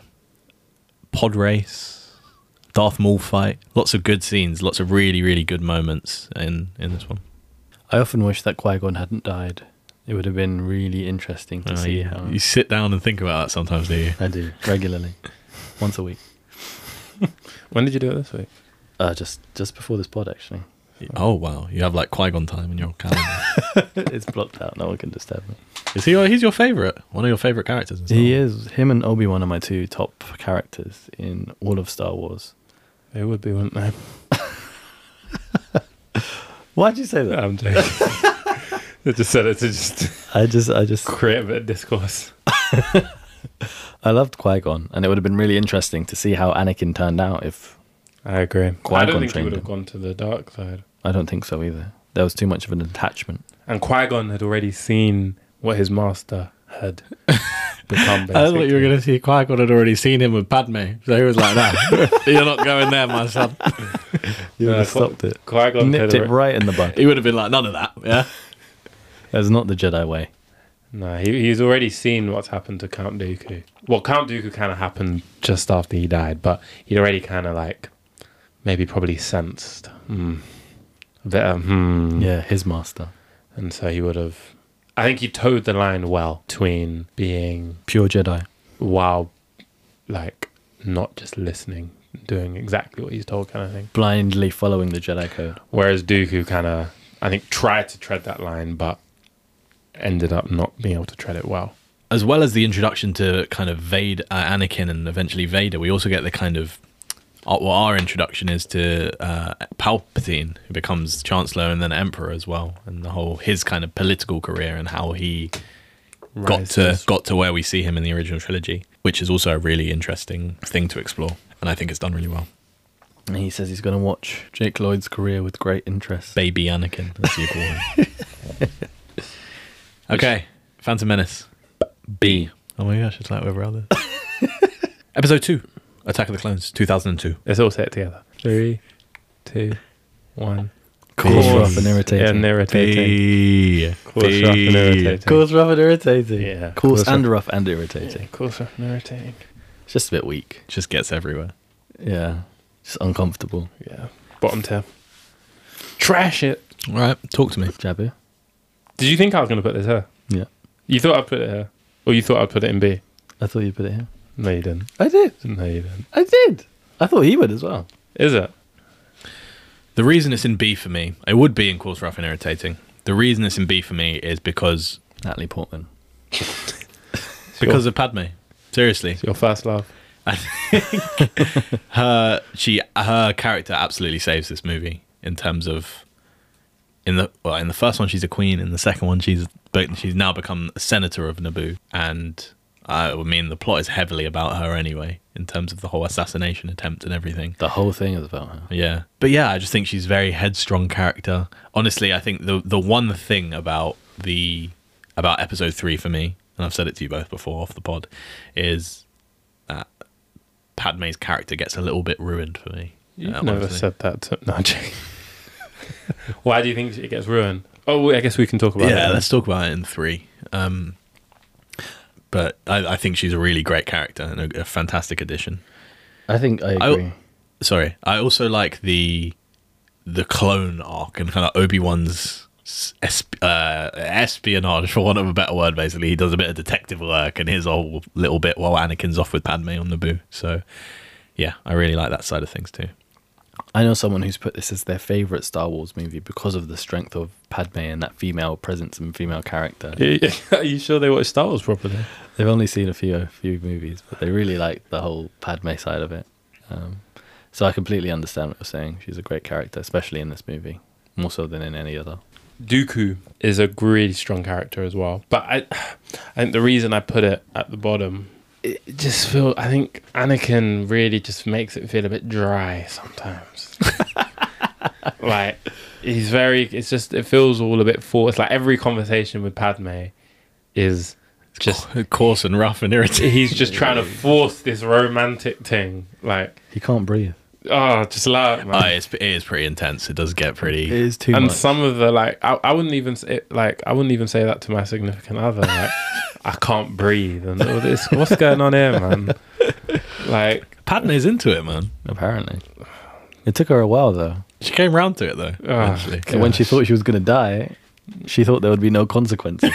Speaker 1: pod race, Darth Maul fight, lots of good scenes, lots of really, really good moments in in this one.
Speaker 2: I often wish that Qui Gon hadn't died. It would have been really interesting to
Speaker 1: Uh,
Speaker 2: see.
Speaker 1: you,
Speaker 2: how-
Speaker 1: you sit down and think about that sometimes, do you?
Speaker 2: I do regularly, once a week.
Speaker 3: When did you do it this week?
Speaker 2: Uh, just just before this pod, actually.
Speaker 1: Oh wow, you have like Qui Gon time in your calendar.
Speaker 2: it's blocked out. No one can disturb me.
Speaker 1: Is he? Your, he's your favorite, one of your favorite characters. In Star
Speaker 2: He
Speaker 1: Wars.
Speaker 2: is. Him and Obi Wan are my two top characters in all of Star Wars.
Speaker 3: It would be, wouldn't they?
Speaker 2: Why'd you say that?
Speaker 3: I'm joking. I just said it to just
Speaker 2: I just, I just,
Speaker 3: create a bit of discourse.
Speaker 2: I loved Qui Gon, and it would have been really interesting to see how Anakin turned out. If
Speaker 3: I agree. I
Speaker 2: Qui-Gon
Speaker 3: don't think he
Speaker 2: trained
Speaker 3: would have
Speaker 2: him.
Speaker 3: gone to the dark side.
Speaker 2: I don't think so either. There was too much of an attachment.
Speaker 3: And Qui Gon had already seen what his master had become. Basically.
Speaker 1: to see Qui Gon had already seen him with Padme, so he was like, "No, you're not going there, my son."
Speaker 2: You
Speaker 3: No,
Speaker 2: would have
Speaker 3: Qui-
Speaker 2: stopped it.
Speaker 3: Qui Gon
Speaker 2: Nipped it right in the bud.
Speaker 1: He would have been like, none of that. Yeah.
Speaker 2: That's not the Jedi way.
Speaker 3: No, he, he's already seen what's happened to Count Dooku. Well, Count Dooku kind of happened just after he died, but he'd already kind of like maybe probably sensed hmm, a bit of hmm.
Speaker 2: Yeah, his master.
Speaker 3: And so he would have. I think he towed the line well between being
Speaker 2: Pure Jedi.
Speaker 3: while like not just listening, doing exactly what he's told kind of thing.
Speaker 2: Blindly following the Jedi code.
Speaker 3: Whereas Dooku kind of, I think, tried to tread that line, but ended up not being able to tread it well.
Speaker 1: As well as the introduction to kind of Vader, uh, Anakin, and eventually Vader, we also get the kind of uh, well, our introduction is to uh, Palpatine, who becomes Chancellor and then Emperor as well, and the whole his kind of political career and how he got to
Speaker 3: Rises.
Speaker 1: got to where we see him in the original trilogy, which is also a really interesting thing to explore, and I think it's done really well.
Speaker 2: And he says he's going to watch Jake Lloyd's career with great interest.
Speaker 1: Baby Anakin, as you call him. okay, Phantom Menace. B. Oh my gosh, it's like we're brothers. Episode 2 Attack of the Clones, 2002.
Speaker 3: Let's all say it together. Three, two, one.
Speaker 2: Coarse,
Speaker 1: Coarse.
Speaker 2: rough, and irritating.
Speaker 3: And irritating.
Speaker 1: B.
Speaker 3: Coarse, rough, and irritating.
Speaker 2: Coarse, rough, and irritating.
Speaker 3: Yeah.
Speaker 2: Coarse,
Speaker 3: Coarse,
Speaker 2: and rough and
Speaker 3: Yeah,
Speaker 2: irritating.
Speaker 3: coarse, rough, and irritating.
Speaker 2: It's just a bit weak.
Speaker 1: Just gets everywhere.
Speaker 2: Yeah. Just uncomfortable.
Speaker 3: Yeah. Bottom tier. Trash it.
Speaker 1: All right, talk to me.
Speaker 2: Jabu?
Speaker 3: Did you think I was going to put this here?
Speaker 2: Yeah.
Speaker 3: You thought I'd put it here? Or you thought I'd put it in B?
Speaker 2: I thought you put it here.
Speaker 3: No, you didn't.
Speaker 2: I did.
Speaker 3: No, you didn't.
Speaker 2: I did. I thought he would as well.
Speaker 3: Is it?
Speaker 1: The reason it's in B for me, it would be in course rough and irritating. The reason it's in B for me is because
Speaker 2: Natalie Portman.
Speaker 1: because of Padme. Seriously,
Speaker 3: It's your first love.
Speaker 1: her she her character absolutely saves this movie in terms of in the well in the first one she's a queen in the second one she's but she's now become a senator of Naboo and uh, I mean the plot is heavily about her anyway in terms of the whole assassination attempt and everything.
Speaker 2: The whole thing is about her.
Speaker 1: Yeah. But yeah, I just think she's a very headstrong character. Honestly, I think the the one thing about the about episode three for me, and I've said it to you both before off the pod, is that Padme's character gets a little bit ruined for me.
Speaker 3: You've
Speaker 1: Uh,
Speaker 3: never
Speaker 1: honestly.
Speaker 3: said that to no, I'm joking. Why do you think it gets ruined? Oh, wait, I guess we can talk about it.
Speaker 1: yeah,
Speaker 3: then.
Speaker 1: let's talk about it in three. Um, but I, I think she's a really great character and a, a fantastic addition.
Speaker 2: I think I
Speaker 1: I-
Speaker 2: agree.
Speaker 1: sorry. I also like the the clone arc and kind of Obi Wan's esp- uh, espionage, for want of a better word. Basically, he does a bit of detective work and his whole little bit while Anakin's off with Padme on Naboo. So, yeah, I really like that side of things too.
Speaker 2: I know someone who's put this as their favorite Star Wars movie because of the strength of Padme and that female presence and female character.
Speaker 3: Are you sure they watch Star Wars properly?
Speaker 2: They've only seen a few few movies, but they really like the whole Padme side of it. Um, so I completely understand what you're saying. She's a great character, especially in this movie, more so than in any other.
Speaker 3: Dooku is a really strong character as well. But I, I think the reason I put it at the bottom, it just feel. I think Anakin really just makes it feel a bit dry sometimes. like he's very. It's just it feels all a bit forced. Like every conversation with Padme is just.
Speaker 1: coarse and rough and irritating.
Speaker 3: He's just trying to force this romantic thing. Like
Speaker 2: He can't breathe.
Speaker 3: oh, just love. Man.
Speaker 1: Uh, it's, it is pretty intense. It does get
Speaker 2: It
Speaker 1: pretty.
Speaker 2: is too
Speaker 3: and
Speaker 2: much.
Speaker 3: some of the like I, I wouldn't even say like I wouldn't even say that to my significant other like I can't breathe and all this what's going on here man like
Speaker 1: Padme's into it, man.
Speaker 2: apparently, it took her a while though.
Speaker 1: She came round to it though.
Speaker 3: Ah,
Speaker 1: eventually.
Speaker 2: So when she thought she was going to die, she thought there would be no consequences.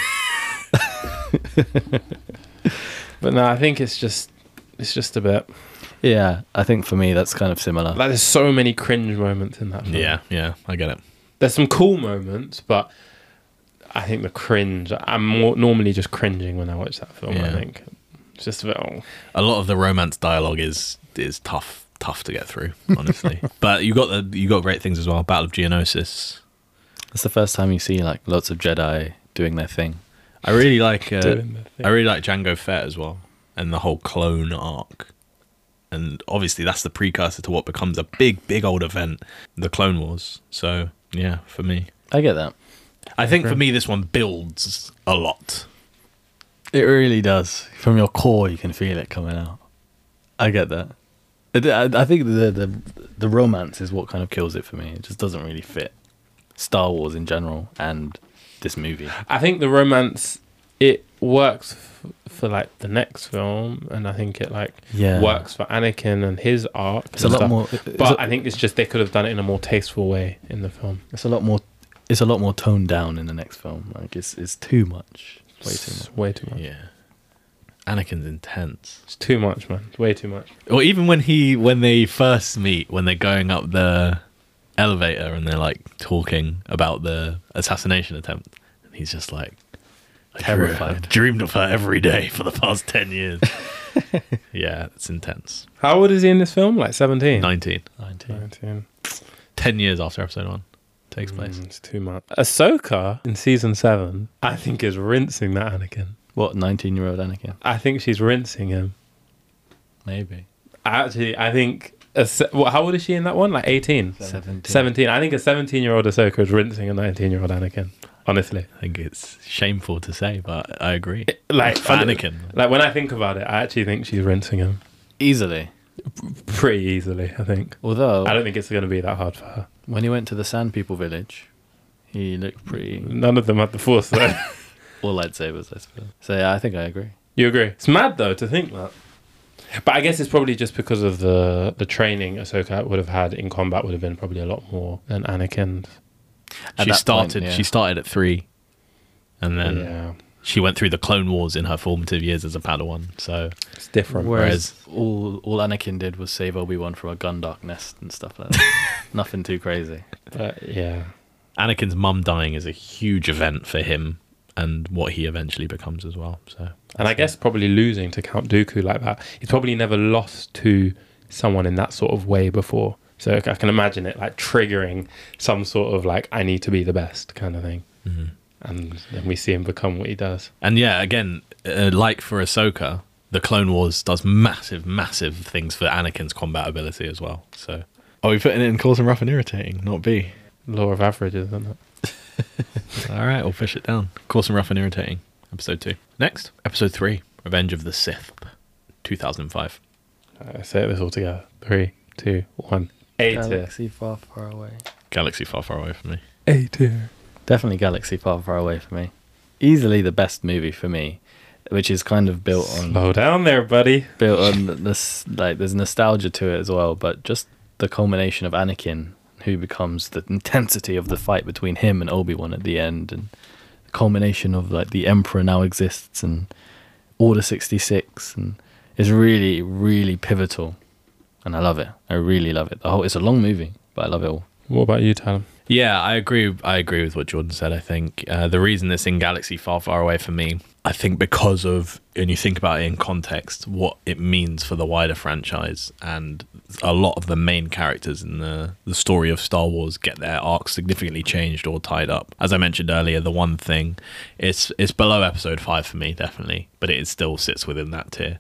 Speaker 3: but no I think it's just it's just a bit
Speaker 2: yeah, I think for me that's kind of similar.
Speaker 3: like there's so many cringe moments in that film.
Speaker 1: Yeah, yeah, I get it.
Speaker 3: there's some cool moments but I think the cringe I'm more, normally just cringing when I watch that film I
Speaker 1: Yeah.
Speaker 3: think it's just a bit oh.
Speaker 1: a lot of the romance dialogue is is tough tough to get through honestly but you got the you got great things as well battle of geonosis
Speaker 2: It's the first time you see like lots of Jedi doing their thing.
Speaker 1: i really like uh,
Speaker 3: Doing the thing.
Speaker 1: i really like django fett as well and the whole clone arc and obviously that's the precursor to what becomes a big big old event the clone wars so yeah for me
Speaker 2: I get that.
Speaker 1: i think for me this one builds a lot
Speaker 2: It really does. From your core, you can feel it coming out. I get that. It- I, I think the, the the romance is what kind of kills it for me. It just doesn't really fit Star Wars in general and this movie.
Speaker 3: I think the romance it works f- for like the next film, and I think it like
Speaker 2: Yeah.
Speaker 3: works for Anakin and his arc.
Speaker 2: It's a
Speaker 3: and
Speaker 2: lot
Speaker 3: stuff.
Speaker 2: more.
Speaker 3: But
Speaker 2: But
Speaker 3: I think it's just they could have done it in a more tasteful way in the film.
Speaker 2: it's a lot more. It's a lot more toned down in the next film. Like it's it's too much. Way too much.
Speaker 3: It's way too much.
Speaker 1: yeah anakin's intense
Speaker 3: It's too much, man. It's way too much.
Speaker 1: Or even when he when they first meet, when they're going up the elevator and they're like talking about the assassination attempt, and he's just like I drew-
Speaker 2: Terrified.
Speaker 1: I've dreamed of her every day for the past ten years. yeah, it's intense.
Speaker 3: How old is he in this film? Like seventeen.
Speaker 1: Nineteen.
Speaker 2: 19.
Speaker 3: Nineteen.
Speaker 1: Ten years after episode one takes place.
Speaker 3: Mm, it's too much. Ahsoka in season seven, I think, is rinsing that Anakin.
Speaker 2: What nineteen year old Anakin?
Speaker 3: I think she's rinsing him.
Speaker 2: Maybe
Speaker 3: Actually, I think. A se- well, how old is she in that one? Like 18?
Speaker 2: seventeen.
Speaker 3: 17. I think a 17 year old Ahsoka is rinsing a 19 year old Anakin. Honestly.
Speaker 1: I think it's shameful to say, but I agree.
Speaker 3: Like,
Speaker 1: For Anakin.
Speaker 3: Like, when I think about it, I actually think she's rinsing him
Speaker 2: Easily.
Speaker 3: pretty easily, I think.
Speaker 2: Although
Speaker 3: I don't think it's going to be that hard for her.
Speaker 2: when he went to the Sand People village, he looked pretty
Speaker 3: None of them had the force, though.
Speaker 2: all lightsabers, I suppose. So yeah, I think I agree.
Speaker 3: you agree? It's mad, though, to think that. But I guess it's probably just because of the, the training Ahsoka would have had in combat would have been probably a lot more than Anakin's.
Speaker 2: At
Speaker 1: She
Speaker 2: that
Speaker 1: started
Speaker 2: point, yeah.
Speaker 1: she started at three and then
Speaker 3: yeah.
Speaker 1: she went through the Clone Wars in her formative years as a Padawan. So
Speaker 3: It's different.
Speaker 2: Whereas all all Anakin did was save Obi Wan from a Gundark nest and stuff like that. Nothing too crazy.
Speaker 3: But yeah.
Speaker 1: Anakin's mum dying is a huge event for him and what he eventually becomes as well. So
Speaker 3: And I guess probably losing to Count Dooku like that. He's probably never lost to someone in that sort of way before. So I can imagine it like triggering some sort of like, I need to be the best kind of thing. And then we see him become what he does.
Speaker 1: And yeah, again, uh, like for Ahsoka, the Clone Wars does massive, massive things for Anakin's combat ability as well. So, oh, we putting it in coarse and rough and irritating, not B.
Speaker 3: Law of averages, isn't it?
Speaker 1: All right, we'll push it down. Coarse and rough and irritating, episode two. Next, episode three, Revenge of the Sith, 2005.
Speaker 3: I say this all together. Three, two, one. A tier.
Speaker 2: Galaxy far, far away.
Speaker 1: Galaxy far, far away from me.
Speaker 3: A tier.
Speaker 2: Definitely Galaxy far, far away for me. Easily the best movie for me, which is kind of built on
Speaker 3: Slow down there, buddy.
Speaker 2: built on this like there's nostalgia to it as well, but just the culmination of Anakin, who becomes the intensity of the fight between him and Obi Wan at the end, and the culmination of like the Emperor now exists and Order sixty six, and is really really pivotal, and I love it. I really love it. The whole it's a long movie, but I love it all.
Speaker 3: What about you, Talon?
Speaker 1: Yeah, I agree. I agree with what Jordan said. I think uh, the reason it's in Galaxy Far, Far Away for me, I think because of, and you think about it in context, what it means for the wider franchise, and a lot of the main characters in the the story of Star Wars get their arcs significantly changed or tied up. As I mentioned earlier, the one thing, it's it's below Episode Five for me definitely, but it still sits within that tier.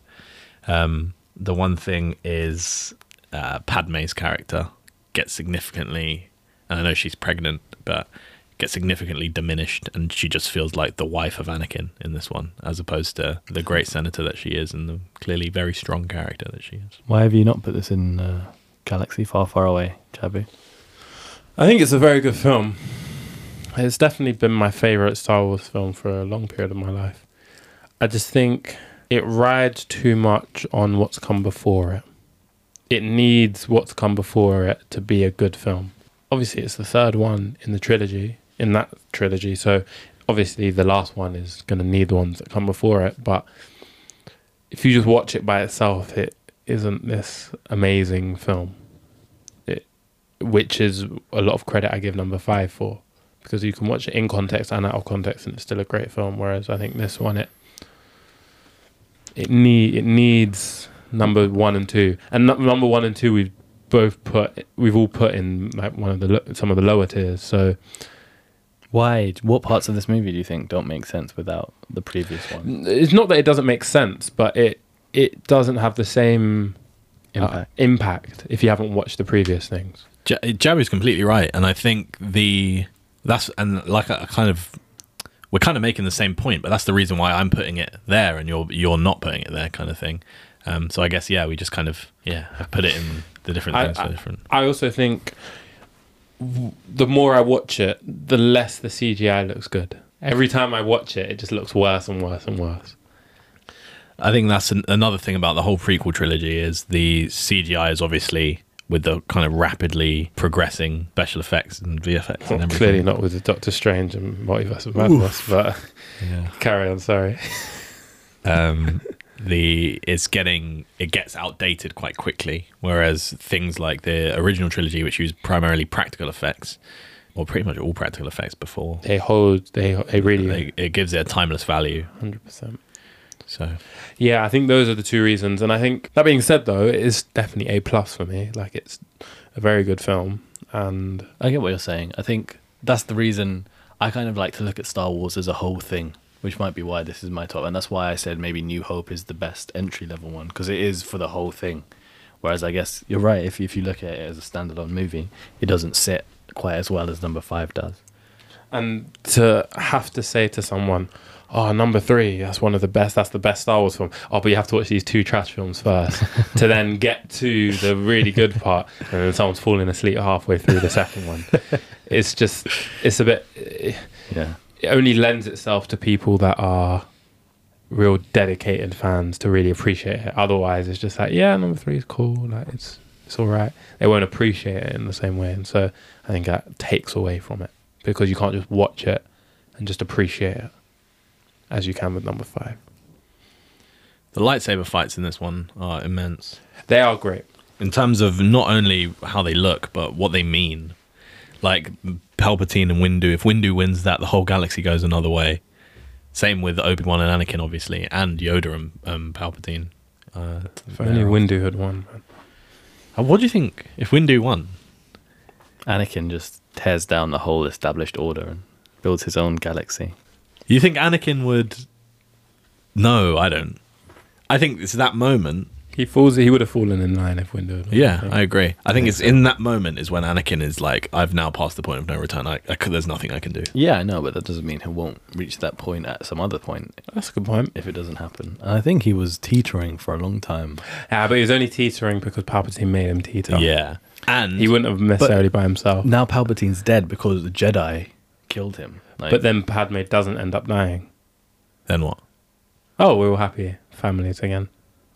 Speaker 1: Um, the one thing is uh, Padme's character gets significantly, and I know she's pregnant, but gets significantly diminished, and she just feels like the wife of Anakin in this one, as opposed to the great senator that she is and the clearly very strong character that she is.
Speaker 2: Why have you not put this in uh, Galaxy Far Far Away, Chabu?
Speaker 3: I think it's a very good film. It's definitely been my favorite Star Wars film for a long period of my life. I just think it rides too much on what's come before it. It needs what's come before it to be a good film. Obviously, it's the third one in the trilogy, in that trilogy, so obviously the last one is going to need the ones that come before it, but if you just watch it by itself, it isn't this amazing film which is a lot of credit I give number five for because you can watch it in context and out of context and it's still a great film. Whereas I think this one, it it need it needs number one and two, and nu- number one and two we've both put we've all put in like one of the lo- some of the lower tiers. So
Speaker 2: Why? What parts of this movie do you think don't make sense without the previous one?
Speaker 3: it's not that it doesn't make sense, but it it doesn't have the same uh,
Speaker 2: Impact.
Speaker 3: impact if you haven't watched the previous things.
Speaker 1: J- Jabu's completely right, and I think the that's and like I kind of we're kind of making the same point, but that's the reason why I'm putting it there and you're you're not putting it there, kind of thing. Um, so I guess yeah, we just kind of yeah have put it in the different
Speaker 3: I-
Speaker 1: things for different.
Speaker 3: I also think w- the more I watch it, the less the CGI looks good. Every time I watch it, it just looks worse and worse and worse.
Speaker 1: I think that's an, another thing about the whole prequel trilogy is the CGI is obviously with the kind of rapidly progressing special effects and VFX and everything.
Speaker 3: Clearly not with the Doctor Strange and Multiverse of Madness, but
Speaker 1: Yeah.
Speaker 3: carry on. Sorry.
Speaker 1: um, the it's getting it gets outdated quite quickly. Whereas things like the original trilogy, which used primarily practical effects, or pretty much all practical effects before,
Speaker 3: They hold. They they really
Speaker 1: they, it gives it a timeless value.
Speaker 3: hundred percent.
Speaker 1: So
Speaker 3: Yeah, I think those are the two reasons. And I think that being said, though, it is definitely a plus for me. Like it's a very good film, and
Speaker 2: I get what you're saying. I think that's the reason I kind of like to look at Star Wars as a whole thing, which might be why this is my top. And that's why I said maybe New Hope is the best entry level one because it is for the whole thing. Whereas I guess you're right. If if you look at it as a standalone movie, it doesn't sit quite as well as number five does.
Speaker 3: and to have to say to someone, "Oh, number three, that's one of the best. That's the best Star Wars film." Oh, but you have to watch these two trash films first to then get to the really good part, and then someone's falling asleep halfway through the second one. It's just, it's a bit. It
Speaker 2: Yeah.
Speaker 3: only lends itself to people that are real dedicated fans to really appreciate it. Otherwise, it's just like, yeah, number three is cool. Like it's it's all right. They won't appreciate it in the same way, and so I think that takes away from it because you can't just watch it and just appreciate it. as you can with number five.
Speaker 1: The lightsaber fights in this one are immense.
Speaker 3: They are great.
Speaker 1: in terms of not only how they look but what they mean. Like Palpatine and Windu. If Windu wins that, the whole galaxy goes another way. Same with Obi Wan and Anakin, obviously, and Yoda and um, Palpatine. Uh,
Speaker 3: If only
Speaker 1: thereafter.
Speaker 3: Windu had won. man.
Speaker 1: Uh, What do you think if Windu won?
Speaker 2: Anakin just tears down the whole established order and builds his own galaxy.
Speaker 1: You think Anakin would? No, I don't. I think it's that moment.
Speaker 3: He falls. He would have fallen in line if Windu. Had won,
Speaker 1: Yeah,
Speaker 3: I
Speaker 1: I
Speaker 3: think.
Speaker 1: agree. I think it's in that moment is when Anakin is like, "I've now passed the point of no return. I, I could, there's nothing I can do."
Speaker 2: Yeah, I know, but that doesn't mean he won't reach that point at some other point
Speaker 3: that's a good point.
Speaker 2: if it doesn't happen. And I think he was teetering for a long time.
Speaker 3: Yeah, Ah, but he was only teetering because Palpatine made him teeter.
Speaker 1: Yeah, and
Speaker 3: he wouldn't have necessarily by himself.
Speaker 2: Now Palpatine's dead because the Jedi killed him. Like,
Speaker 3: But then Padme doesn't end up dying.
Speaker 1: then what?
Speaker 3: Oh, we're all happy families again.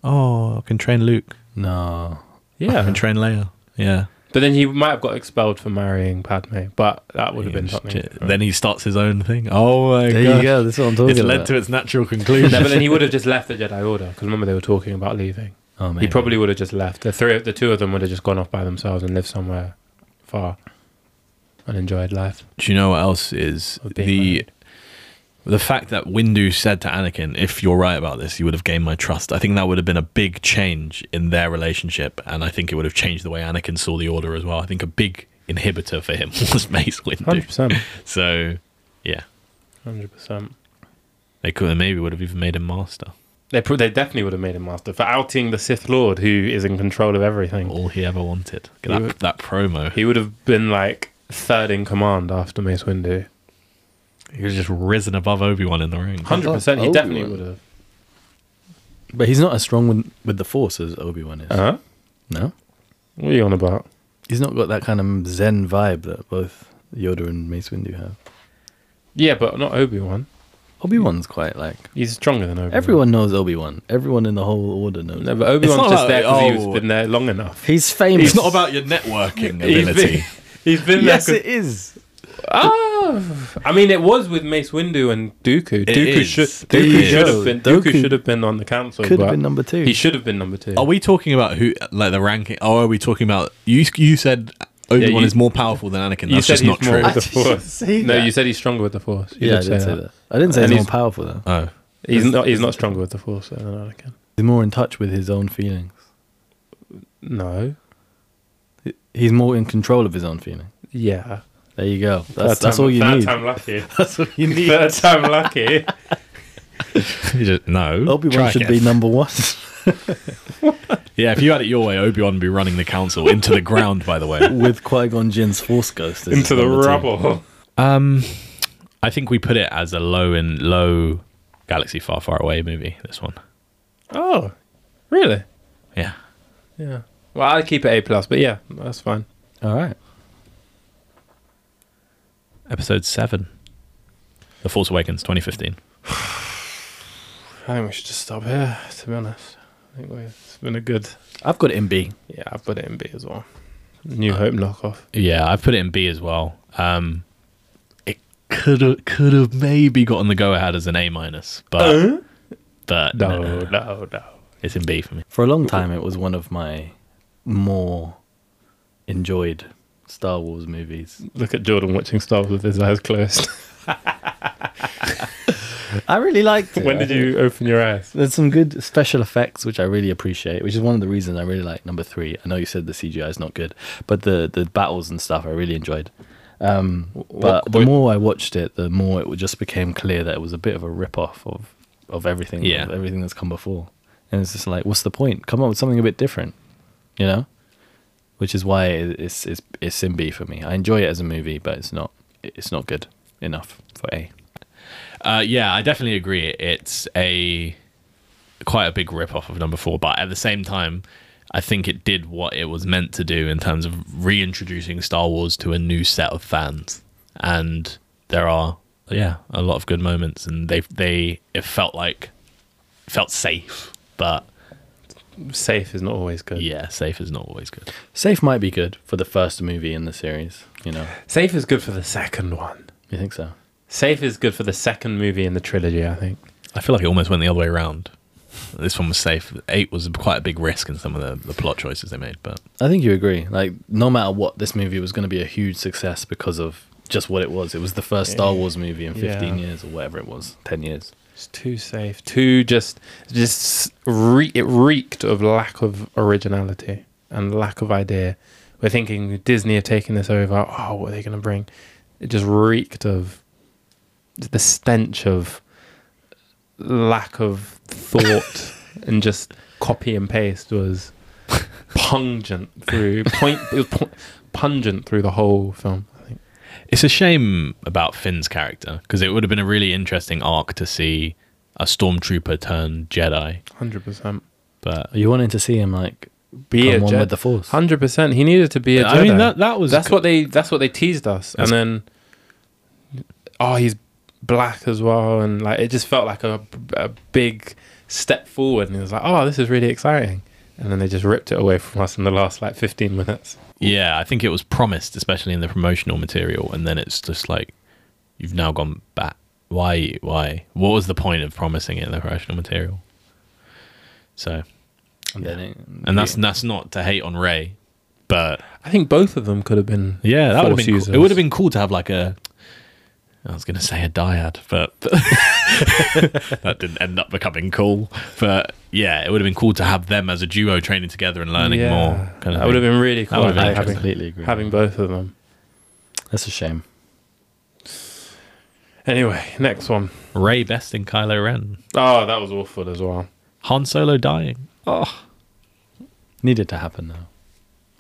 Speaker 1: Oh, I can train Luke.
Speaker 2: no,
Speaker 1: I can train Leia. Yeah.
Speaker 3: but then he might have got expelled for marrying Padme. But that would have been something. different.
Speaker 1: Then he starts his own thing. Oh my
Speaker 2: there you go. That's what I'm talking
Speaker 1: It's
Speaker 2: about.
Speaker 1: led to its natural conclusion.
Speaker 3: no, but then he would have just left the Jedi Order because remember they were talking about leaving.
Speaker 2: Oh,
Speaker 3: He
Speaker 2: maybe.
Speaker 3: probably would have just left. The three, the two of them would have just gone off by themselves and lived somewhere far and enjoyed life.
Speaker 1: Do you know what else is
Speaker 3: Of being
Speaker 1: the
Speaker 3: married.
Speaker 1: the fact that Windu said to Anakin, "If you're right about this, you would have gained my trust." I think that would have been a big change in their relationship, and I think it would have changed the way Anakin saw the Order as well. I think a big inhibitor for him was Mace
Speaker 3: Hundred
Speaker 1: Windu.
Speaker 3: percent,
Speaker 1: So, yeah,
Speaker 3: hundred percent.
Speaker 1: they could maybe would have even made him master.
Speaker 3: They pro- they definitely would have made him master for outing the Sith Lord who is in control of everything.
Speaker 1: All he ever wanted.
Speaker 3: He
Speaker 1: That,
Speaker 3: would-
Speaker 1: that promo.
Speaker 3: He would have been like third in command after Mace Windu.
Speaker 1: He was just risen above Obi Wan in the ring.
Speaker 3: Hundred percent. He
Speaker 2: Obi-Wan.
Speaker 3: definitely would have.
Speaker 2: But he's not as strong with, with the Force as Obi Wan is.
Speaker 3: Huh?
Speaker 2: No,
Speaker 3: What are you on about?
Speaker 2: he's not got that kind of Zen vibe that both Yoda and Mace Windu have.
Speaker 3: Yeah, but not Obi Wan.
Speaker 2: Obi Wan's quite like
Speaker 3: He's stronger than Obi. Wan.
Speaker 2: everyone knows Obi Wan. Everyone in the whole order knows.
Speaker 3: No, but Obi Wan's
Speaker 1: It's
Speaker 3: just
Speaker 1: not
Speaker 3: there
Speaker 1: like-
Speaker 3: because
Speaker 1: oh.
Speaker 3: he's been there long enough.
Speaker 2: He's famous.
Speaker 1: It's not about your networking ability.
Speaker 3: He's been
Speaker 2: Yes,
Speaker 3: there.
Speaker 2: it is.
Speaker 3: Ah, I mean, it was with Mace Windu and Dooku. Dooku
Speaker 1: is.
Speaker 3: should
Speaker 1: It
Speaker 3: Dooku
Speaker 1: is.
Speaker 3: should have been Dooku
Speaker 2: Dooku
Speaker 3: should have been on the council.
Speaker 2: Could
Speaker 3: but
Speaker 2: have been number two.
Speaker 3: He should have been number two.
Speaker 1: Are we talking about who, like the ranking? Or are we talking about you? You said Obi Wan
Speaker 3: you-
Speaker 1: is more powerful than Anakin.
Speaker 3: you
Speaker 1: That's
Speaker 3: said
Speaker 1: just
Speaker 3: he's
Speaker 1: not
Speaker 3: more
Speaker 1: true.
Speaker 3: with the
Speaker 2: I didn't
Speaker 3: force.
Speaker 2: say
Speaker 3: no,
Speaker 2: that.
Speaker 3: you said he's stronger with the force. You
Speaker 2: yeah, I
Speaker 3: did say
Speaker 2: didn't say
Speaker 3: that.
Speaker 2: that. I didn't say
Speaker 3: And
Speaker 2: he's more
Speaker 3: he's-
Speaker 2: powerful though.
Speaker 1: Oh,
Speaker 3: He's not. He's not stronger with the force than Anakin.
Speaker 2: He's more in touch with his own feelings.
Speaker 3: No.
Speaker 2: He- He's more in control of his own feelings.
Speaker 3: Yeah.
Speaker 2: There you go. That's,
Speaker 3: Third
Speaker 2: that's
Speaker 3: time-
Speaker 2: all you
Speaker 3: third
Speaker 2: need.
Speaker 3: Time lucky.
Speaker 2: That's all you need.
Speaker 3: Third time lucky.
Speaker 1: You just- no.
Speaker 2: Obi
Speaker 1: Try
Speaker 2: Wan should
Speaker 1: again.
Speaker 2: be number one.
Speaker 1: Yeah, if you had it your way, Obi Wan would be running the council into the ground. By the way,
Speaker 2: with Qui Gon Jinn's Force Ghost. as
Speaker 3: Into the
Speaker 2: number two.
Speaker 3: rubble.
Speaker 1: um, I think we put it as a low in low galaxy far far away movie. This one,
Speaker 3: Oh, really?
Speaker 1: yeah.
Speaker 3: Yeah. Well, I'd keep it A plus, but yeah, that's fine.
Speaker 2: All right.
Speaker 1: Episode seven, The Force Awakens, 2015.
Speaker 3: I think we should just stop here. To be honest, I think we- it's been a good.
Speaker 2: I've got it in B.
Speaker 3: Yeah, I've put it in B as well. New Hope knockoff.
Speaker 1: Yeah, I put it in B as well. Um, it could have could have maybe gotten the go ahead as an A minus, but but
Speaker 3: No,
Speaker 1: no, no,
Speaker 3: no, no.
Speaker 1: it's in B for me.
Speaker 2: For a long time, it was one of my more enjoyed Star Wars movies.
Speaker 3: Look at Jordan watching Star Wars with his eyes closed.
Speaker 2: I really liked it.
Speaker 3: when did you open your eyes?
Speaker 2: There's some good special effects which I really appreciate, which is one of the reasons I really like number three. I know you said the CGI is not good, but the the battles and stuff I really enjoyed. Um, but
Speaker 3: what-
Speaker 2: the more I watched it, the more it would- just became clear that it was a bit of a rip off of of everything,
Speaker 1: Yeah.
Speaker 2: of everything that's come before. And it's just like, what's the point? Come up with something a bit different, you know? Which is why it- it's it's it's in B for me. I enjoy it as a movie, but it's not it's not good enough for A.
Speaker 1: Uh, yeah, I definitely agree. It's a quite a big rip off of number four, but at the same time, I think it did what it was meant to do in terms of reintroducing Star Wars to a new set of fans. And there are yeah a lot of good moments, and they they it felt like felt safe, but
Speaker 3: Safe is not always good.
Speaker 1: yeah, safe is not always good.
Speaker 2: Safe might be good for the first movie in the series, you know?
Speaker 3: Safe is good for the second one.
Speaker 2: You think so?
Speaker 3: Safe is good for the second movie in the trilogy, I think.
Speaker 1: I feel like it almost went the other way around. This one was safe. Eight was quite a big risk in some of the, the plot choices they made, but
Speaker 2: I think you agree. Like, no matter what, this movie was going to be a huge success because of just what it was. It was the first Star Wars movie in 15
Speaker 3: Yeah.
Speaker 2: years or whatever it was, 10 years.
Speaker 3: It's too safe. Too just just re- it reeked of lack of originality and lack of idea. We're thinking Disney are taking this over. Oh, what are they going to bring? It just reeked of the stench of lack of thought and just copy and paste was pungent through point. It was pu- pungent through the whole film. I think.
Speaker 1: It's a shame about Finn's character because it would have been a really interesting arc to see a stormtrooper turn Jedi.
Speaker 3: Hundred percent.
Speaker 1: But
Speaker 2: You wanted to see him, like,
Speaker 3: Be
Speaker 2: come
Speaker 3: a
Speaker 2: one
Speaker 3: Jedi.
Speaker 2: with the Force.
Speaker 3: Hundred percent. He needed to be a Jedi.
Speaker 1: I mean that that was
Speaker 3: that's what they that's what they teased us,
Speaker 1: That's-
Speaker 3: and then oh, he's black as well, and like it just felt like a, a big step forward, and it was like oh, this is really exciting, and then they just ripped it away from us in the last like fifteen minutes.
Speaker 1: yeah. I think it was promised, especially in the promotional material, and then it's just like you've now gone back. Why? Why? What was the point of promising it in the promotional material? So,
Speaker 2: And, then it-
Speaker 1: and that's that's not to hate on Ray, but
Speaker 3: I think both of them could have been
Speaker 1: yeah, that would have been
Speaker 3: Force
Speaker 1: cool.
Speaker 3: users.
Speaker 1: it would have been cool to have like a. I was going to say a dyad, but, but that didn't end up becoming cool. But yeah, it would have been cool to have them as a duo training together and learning
Speaker 3: Yeah.
Speaker 1: more. Kind of
Speaker 3: that would have
Speaker 1: thing.
Speaker 3: been really cool.
Speaker 1: would've been
Speaker 2: I
Speaker 1: interesting.
Speaker 3: having,
Speaker 2: completely agree.
Speaker 3: having both of them.
Speaker 2: that's a shame.
Speaker 3: Anyway, next one.
Speaker 1: Ray besting Kylo Ren,
Speaker 3: Oh, that was awful as well.
Speaker 1: Han Solo dying.
Speaker 2: Needed to happen, though.
Speaker 3: he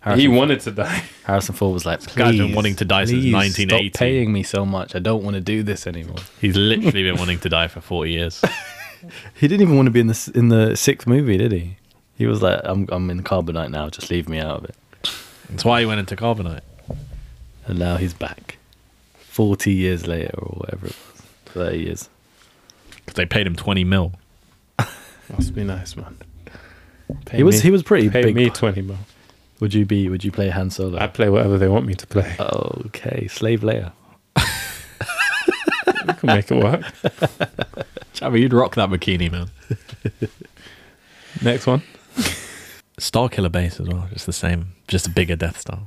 Speaker 2: Harrison,
Speaker 3: wanted to die.
Speaker 2: Harrison Ford was like,
Speaker 1: guy's been
Speaker 2: please,
Speaker 1: wanting to die since
Speaker 2: please
Speaker 1: 1980.
Speaker 2: Stop paying me so much. I don't want to do this anymore.
Speaker 1: He's literally been wanting to die for forty years.
Speaker 2: He didn't even want to be in the s- in the sixth movie, did he? He was like, "I'm I'm in carbonite now. Just leave me out of it."
Speaker 1: That's why he went into carbonite.
Speaker 2: And now he's back, forty years later or whatever it was, thirty years.
Speaker 1: 'Cause they paid him twenty mil.
Speaker 3: Must be nice, man. Pay
Speaker 2: he was
Speaker 3: me-
Speaker 2: he was pretty
Speaker 3: pay
Speaker 2: big.
Speaker 3: me twenty more.
Speaker 2: Would you be? Would you play Han Solo?
Speaker 3: I play whatever they want me to play.
Speaker 2: okay, slave layer.
Speaker 3: I can make it work.
Speaker 1: I mean, you'd rock that bikini, man.
Speaker 3: Next one.
Speaker 1: Star Killer base as well, just the same, just a bigger Death Star.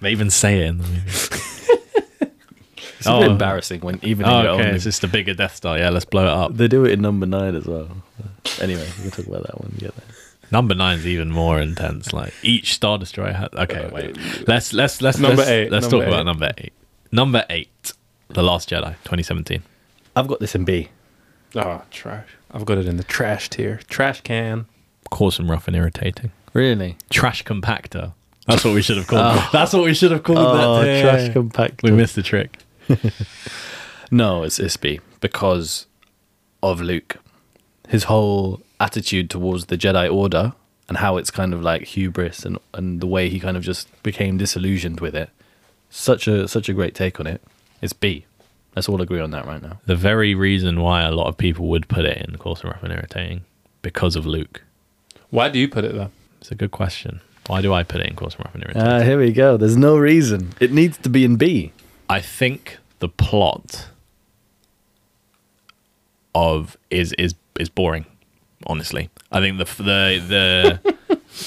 Speaker 1: They even say it in the movie.
Speaker 2: It's a bit
Speaker 1: Oh.
Speaker 2: embarrassing when even in
Speaker 1: Oh,
Speaker 2: your own
Speaker 1: okay.
Speaker 2: movie-
Speaker 1: It's just a bigger Death Star. Yeah, let's blow it up.
Speaker 2: they do it in number nine as well. Anyway, we can talk about that when we get there.
Speaker 1: Number nine's even more intense. Like each Star Destroyer. Has, okay, wait. Let's let's let's
Speaker 3: Number
Speaker 1: let's,
Speaker 3: eight,
Speaker 1: Let's
Speaker 3: number
Speaker 1: talk about
Speaker 3: eight.
Speaker 1: number eight. Number eight, The Last Jedi, 2017.
Speaker 2: I've got this in B.
Speaker 3: Oh, trash. I've got it in the trash tier. Trash can.
Speaker 1: Coarse and rough and irritating.
Speaker 2: Really?
Speaker 1: Trash compactor. That's what we should have called. That's what we should have called
Speaker 2: Oh,
Speaker 1: that. tier.
Speaker 2: trash compact.
Speaker 1: we missed the trick.
Speaker 2: No, it's it's B because of Luke. His whole attitude towards the Jedi Order and how it's kind of like hubris and, and the way he kind of just became disillusioned with it. Such a such a great take on it. It's B. Let's all agree on that right now.
Speaker 1: The very reason why a lot of people would put it in coarse and rough and irritating because of Luke.
Speaker 3: Why do you put it there?
Speaker 1: It's a good question. Why do I put it in coarse and rough and irritating?
Speaker 2: Ah, here we go. There's no reason. It needs to be in B.
Speaker 1: I think the plot of is is is boring. Honestly, I think the f- the the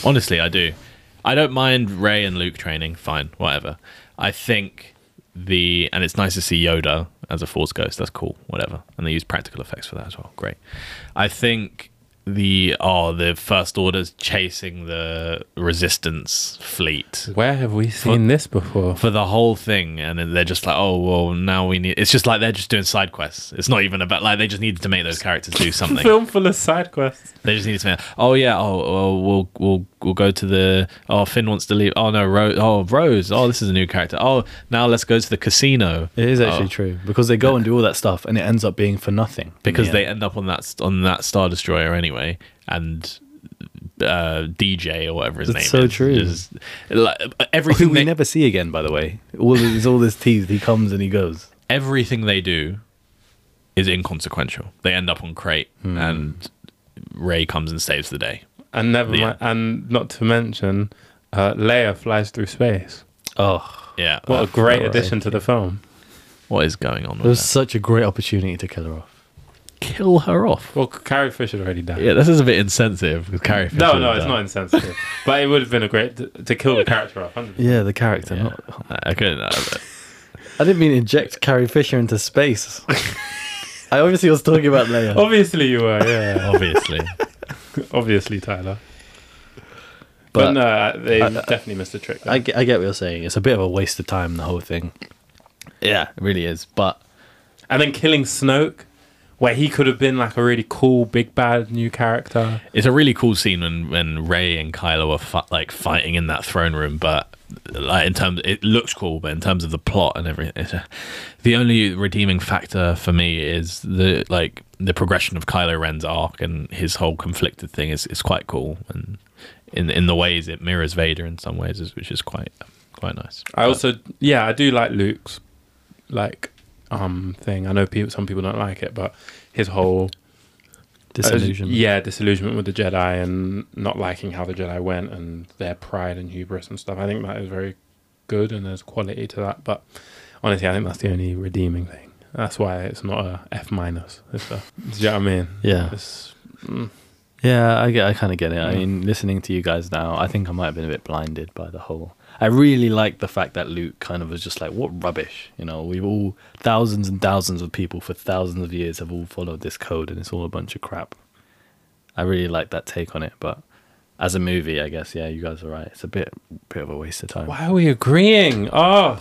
Speaker 1: honestly I do. I don't mind Ray and Luke training. Fine, whatever. I think the and it's nice to see Yoda as a Force ghost. That's cool. Whatever. And they use practical effects for that as well. Great. I think the oh the First Order's chasing the Resistance fleet
Speaker 3: Where have we seen this before?
Speaker 1: for the whole thing and then they're just like oh well now we need it's just like they're just doing side quests it's not even about like they just needed to make those characters do something
Speaker 3: Film full of side quests.
Speaker 1: they just needed to make oh yeah oh, oh we'll we'll we'll go to the oh Finn wants to leave oh no Rose oh Rose oh this is a new character oh now let's go to the casino
Speaker 2: It is actually
Speaker 1: Oh.
Speaker 2: true because they go and do all that stuff and it ends up being for nothing
Speaker 1: because
Speaker 2: Yeah.
Speaker 1: they end up on that st- on that star destroyer anyway and uh, DJ or whatever his
Speaker 2: That's
Speaker 1: name
Speaker 2: so
Speaker 1: is
Speaker 2: true.
Speaker 1: is- like,
Speaker 2: who
Speaker 1: everything
Speaker 2: we
Speaker 1: they,
Speaker 2: never see again. By the way, all there's all this teased. He comes and he goes.
Speaker 1: everything they do is inconsequential. They end up on crate, and Ray comes and saves the day.
Speaker 3: And never
Speaker 1: Yeah.
Speaker 3: mind. And not to mention, uh, Leia flies through space.
Speaker 2: Oh,
Speaker 1: Yeah,
Speaker 3: What a
Speaker 1: Ah,
Speaker 3: great
Speaker 2: Alright.
Speaker 3: addition to the film.
Speaker 1: What is going on
Speaker 2: It
Speaker 1: with
Speaker 2: was
Speaker 1: that?
Speaker 2: such a great opportunity to kill her off.
Speaker 1: Kill her off.
Speaker 3: Well, Carrie Fisher already died.
Speaker 1: Yeah, this is a bit insensitive. 'cause Carrie Fisher
Speaker 3: no,
Speaker 1: was
Speaker 3: no, it's
Speaker 1: there.
Speaker 3: not insensitive. but it would have been a great to, to kill the character off. 100%.
Speaker 2: Yeah, the character.
Speaker 1: Yeah.
Speaker 2: Not,
Speaker 1: I- I couldn't. uh, I-
Speaker 2: I didn't mean inject Carrie Fisher into space. I obviously was talking about Leia.
Speaker 3: Obviously, you were. Yeah,
Speaker 1: obviously.
Speaker 3: obviously, Tyler.
Speaker 2: But-
Speaker 3: But, no, uh, they
Speaker 2: I- I-
Speaker 3: definitely missed a trick. there.
Speaker 2: I, ge- I get what you're saying. It's a bit of a waste of time, the whole thing. Yeah, it really is. But
Speaker 3: and then killing Snoke, where he could have been like a really cool, big bad new character.
Speaker 1: It's a really cool scene when when Ray and Kylo are fi- like fighting in that throne room, but like in terms, it looks cool, but in terms of the plot and everything, it's a, the only redeeming factor for me is the like the progression of Kylo Ren's arc and his whole conflicted thing is is quite cool, and in in the ways it mirrors Vader in some ways, is- which is quite quite nice.
Speaker 2: Uh,
Speaker 3: I also, yeah, I do like Luke's like um thing. I know people, some people don't like it, but his whole
Speaker 2: disillusionment.
Speaker 3: yeah, disillusionment with the Jedi and not liking how the Jedi went and their pride and hubris and stuff. I think that is very good and there's quality to that. But honestly, I think that's the only redeeming thing. That's why it's not a F minus. It's a- Do you know what I mean?
Speaker 2: Yeah.
Speaker 3: It's, mm,
Speaker 2: Yeah, I, get- I kind of get it. I
Speaker 3: Yeah.
Speaker 2: mean, listening to you guys now, I think I might have been a bit blinded by the whole. I really like the fact that Luke kind of was just like, what rubbish. You know, we've all, thousands and thousands of people for thousands of years have all followed this code and it's all a bunch of crap. I really like that take on it. But as a movie, I guess, yeah, you guys are right. It's a bit, bit of a waste of time.
Speaker 3: why are we agreeing? Oh,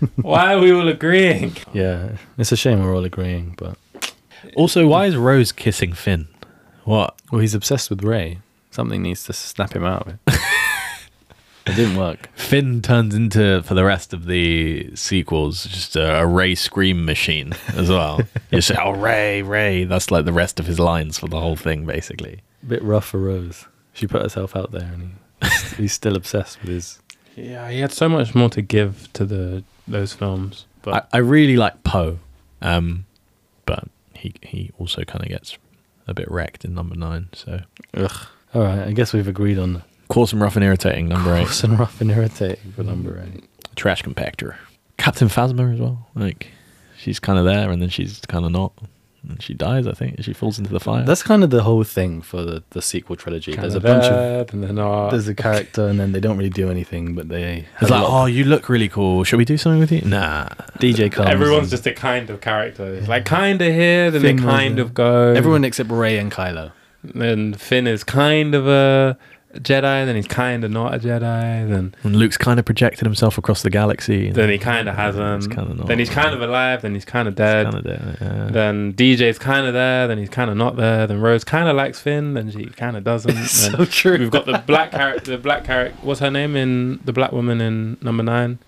Speaker 3: why are we all agreeing?
Speaker 2: Yeah, it's a shame we're all agreeing, but.
Speaker 1: also, why is Rose kissing Finn? What?
Speaker 2: Well, he's obsessed with Ray. Something needs to snap him out of it. it didn't work.
Speaker 1: Finn turns into for the rest of the sequels just a, a Ray scream machine as well. you say, "Oh Ray, Ray." That's like the rest of his lines for the whole thing, basically.
Speaker 2: bit rough for Rose. She put herself out there, and he, he's still obsessed with his.
Speaker 3: Yeah, he had so much more to give to the those films. But
Speaker 1: I, I really like Poe, um, but he he also kind of gets a bit wrecked in number nine. So
Speaker 2: All right, I guess we've agreed on
Speaker 1: coarse and rough and irritating. Number eight,
Speaker 2: gross and rough and irritating for number eight.
Speaker 1: trash compactor. Captain Phasma as well. Like she's kind of there, and then she's kind of not. And she dies, I think. She falls into the fire.
Speaker 2: That's kind of the whole thing for the, the sequel trilogy.
Speaker 3: kinda Uh,
Speaker 2: there's a bunch of
Speaker 3: there, then they're not.
Speaker 2: there's a character, and then they don't really do anything, but they.
Speaker 1: It's like, oh, you look really cool. Should we do something with you? Nah.
Speaker 2: DJ comes.
Speaker 3: Everyone's
Speaker 2: and-
Speaker 3: just a kind of character. It's like kind of here, then they
Speaker 2: Finn was
Speaker 3: kind
Speaker 2: a-
Speaker 3: of go.
Speaker 2: everyone except Ray and Kylo.
Speaker 3: Then Finn is kind of a Jedi, then he's kind of not a Jedi, then
Speaker 1: And Luke's kind of projected himself across the galaxy.
Speaker 3: then he kind of hasn't.
Speaker 1: He's kinda not.
Speaker 3: then he's kind of alive, then he's kind of dead.
Speaker 1: kind of there. yeah.
Speaker 3: Then DJ's kind of there, then he's kind of not there. Then Rose kind of likes Finn, then she kind of doesn't. Then
Speaker 2: true.
Speaker 3: We've got the black character. The black character. What's her name in the black woman in number nine?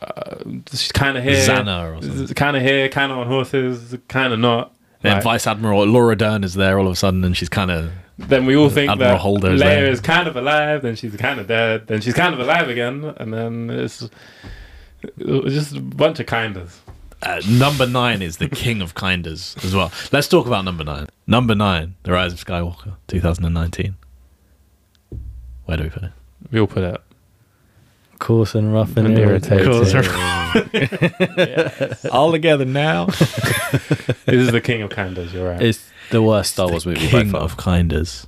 Speaker 3: Uh, she's kind of here.
Speaker 1: Xana or something.
Speaker 3: Kind of here, kind of on horses, kind of not.
Speaker 1: Then
Speaker 3: Like-
Speaker 1: Vice Admiral Laura Dern is there all of a sudden, and she's kind of
Speaker 3: then we all think
Speaker 1: Admiral
Speaker 3: that
Speaker 1: Holdo
Speaker 3: Leia
Speaker 1: is there.
Speaker 3: is kind of alive, then she's kind of dead, then she's kind of alive again, and then it's it's just a bunch of kinders.
Speaker 1: uh, number nine is the king of kinders as well. Let's talk about number nine. Number nine, The Rise of Skywalker, 2019. Where do we put it?
Speaker 3: We all put it.
Speaker 2: Coarse and rough and,
Speaker 3: And
Speaker 2: irritating.
Speaker 3: irritating.
Speaker 1: all together now.
Speaker 3: This is the king of kinders. You're right.
Speaker 2: It's the worst Star Wars movie by
Speaker 1: king
Speaker 2: far.
Speaker 1: of kinders.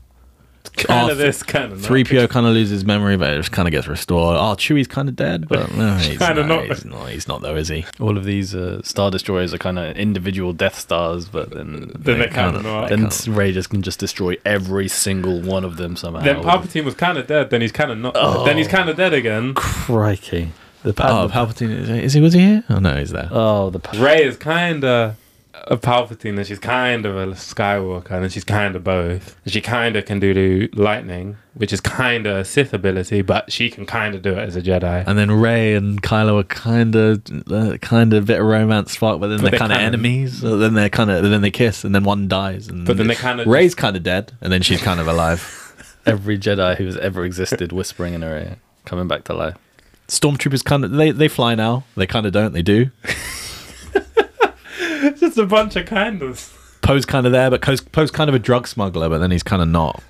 Speaker 3: kind
Speaker 1: Arth-
Speaker 3: of this, kind of
Speaker 1: Three PO kind of loses his memory, but it kind of gets restored. Oh, Chewie's kind of dead, but no, he's,
Speaker 3: Kinda
Speaker 1: not,
Speaker 3: not.
Speaker 1: he's not. He's not though, is he?
Speaker 2: all of these uh, star destroyers are kind of individual death stars, but then
Speaker 3: Then
Speaker 1: They
Speaker 3: they're kind
Speaker 1: kinda-
Speaker 3: of not.
Speaker 1: they
Speaker 2: then
Speaker 1: can't.
Speaker 2: Ray just can just destroy every single one of them somehow.
Speaker 3: Then Palpatine was kind of dead. Then he's kind of not.
Speaker 2: Oh.
Speaker 3: Then he's kind of dead again.
Speaker 2: crikey! The
Speaker 1: Oh,
Speaker 2: Pal-
Speaker 1: Palpatine is, is he? Was he here? Oh no, he's there.
Speaker 3: Uh,
Speaker 2: oh, the Pal-
Speaker 3: Ray is kind of a Palpatine. Then she's kind of a Skywalker. And then she's kind of both. She kind of can do, do lightning, which is kind of a Sith ability, but she can kind of do it as a Jedi.
Speaker 1: And then Ray and Kylo are kind of, uh, kind of bit of romance spark, but then
Speaker 3: But
Speaker 1: they're
Speaker 3: they're
Speaker 1: kind of
Speaker 3: kinda-
Speaker 1: enemies. So then they're kind of, then they kiss, and then one dies, and
Speaker 3: But then they kinda
Speaker 1: Ray's kind of dead, and then she's kind of alive.
Speaker 2: every Jedi who's ever existed whispering in her ear, coming back to life.
Speaker 1: Stormtroopers kind of they, they fly now. They kind of don't. They do.
Speaker 3: It's just a bunch of kindles.
Speaker 1: Poe's kind of there, but Poe's, Poe's kind of a drug smuggler, but then he's kind of not.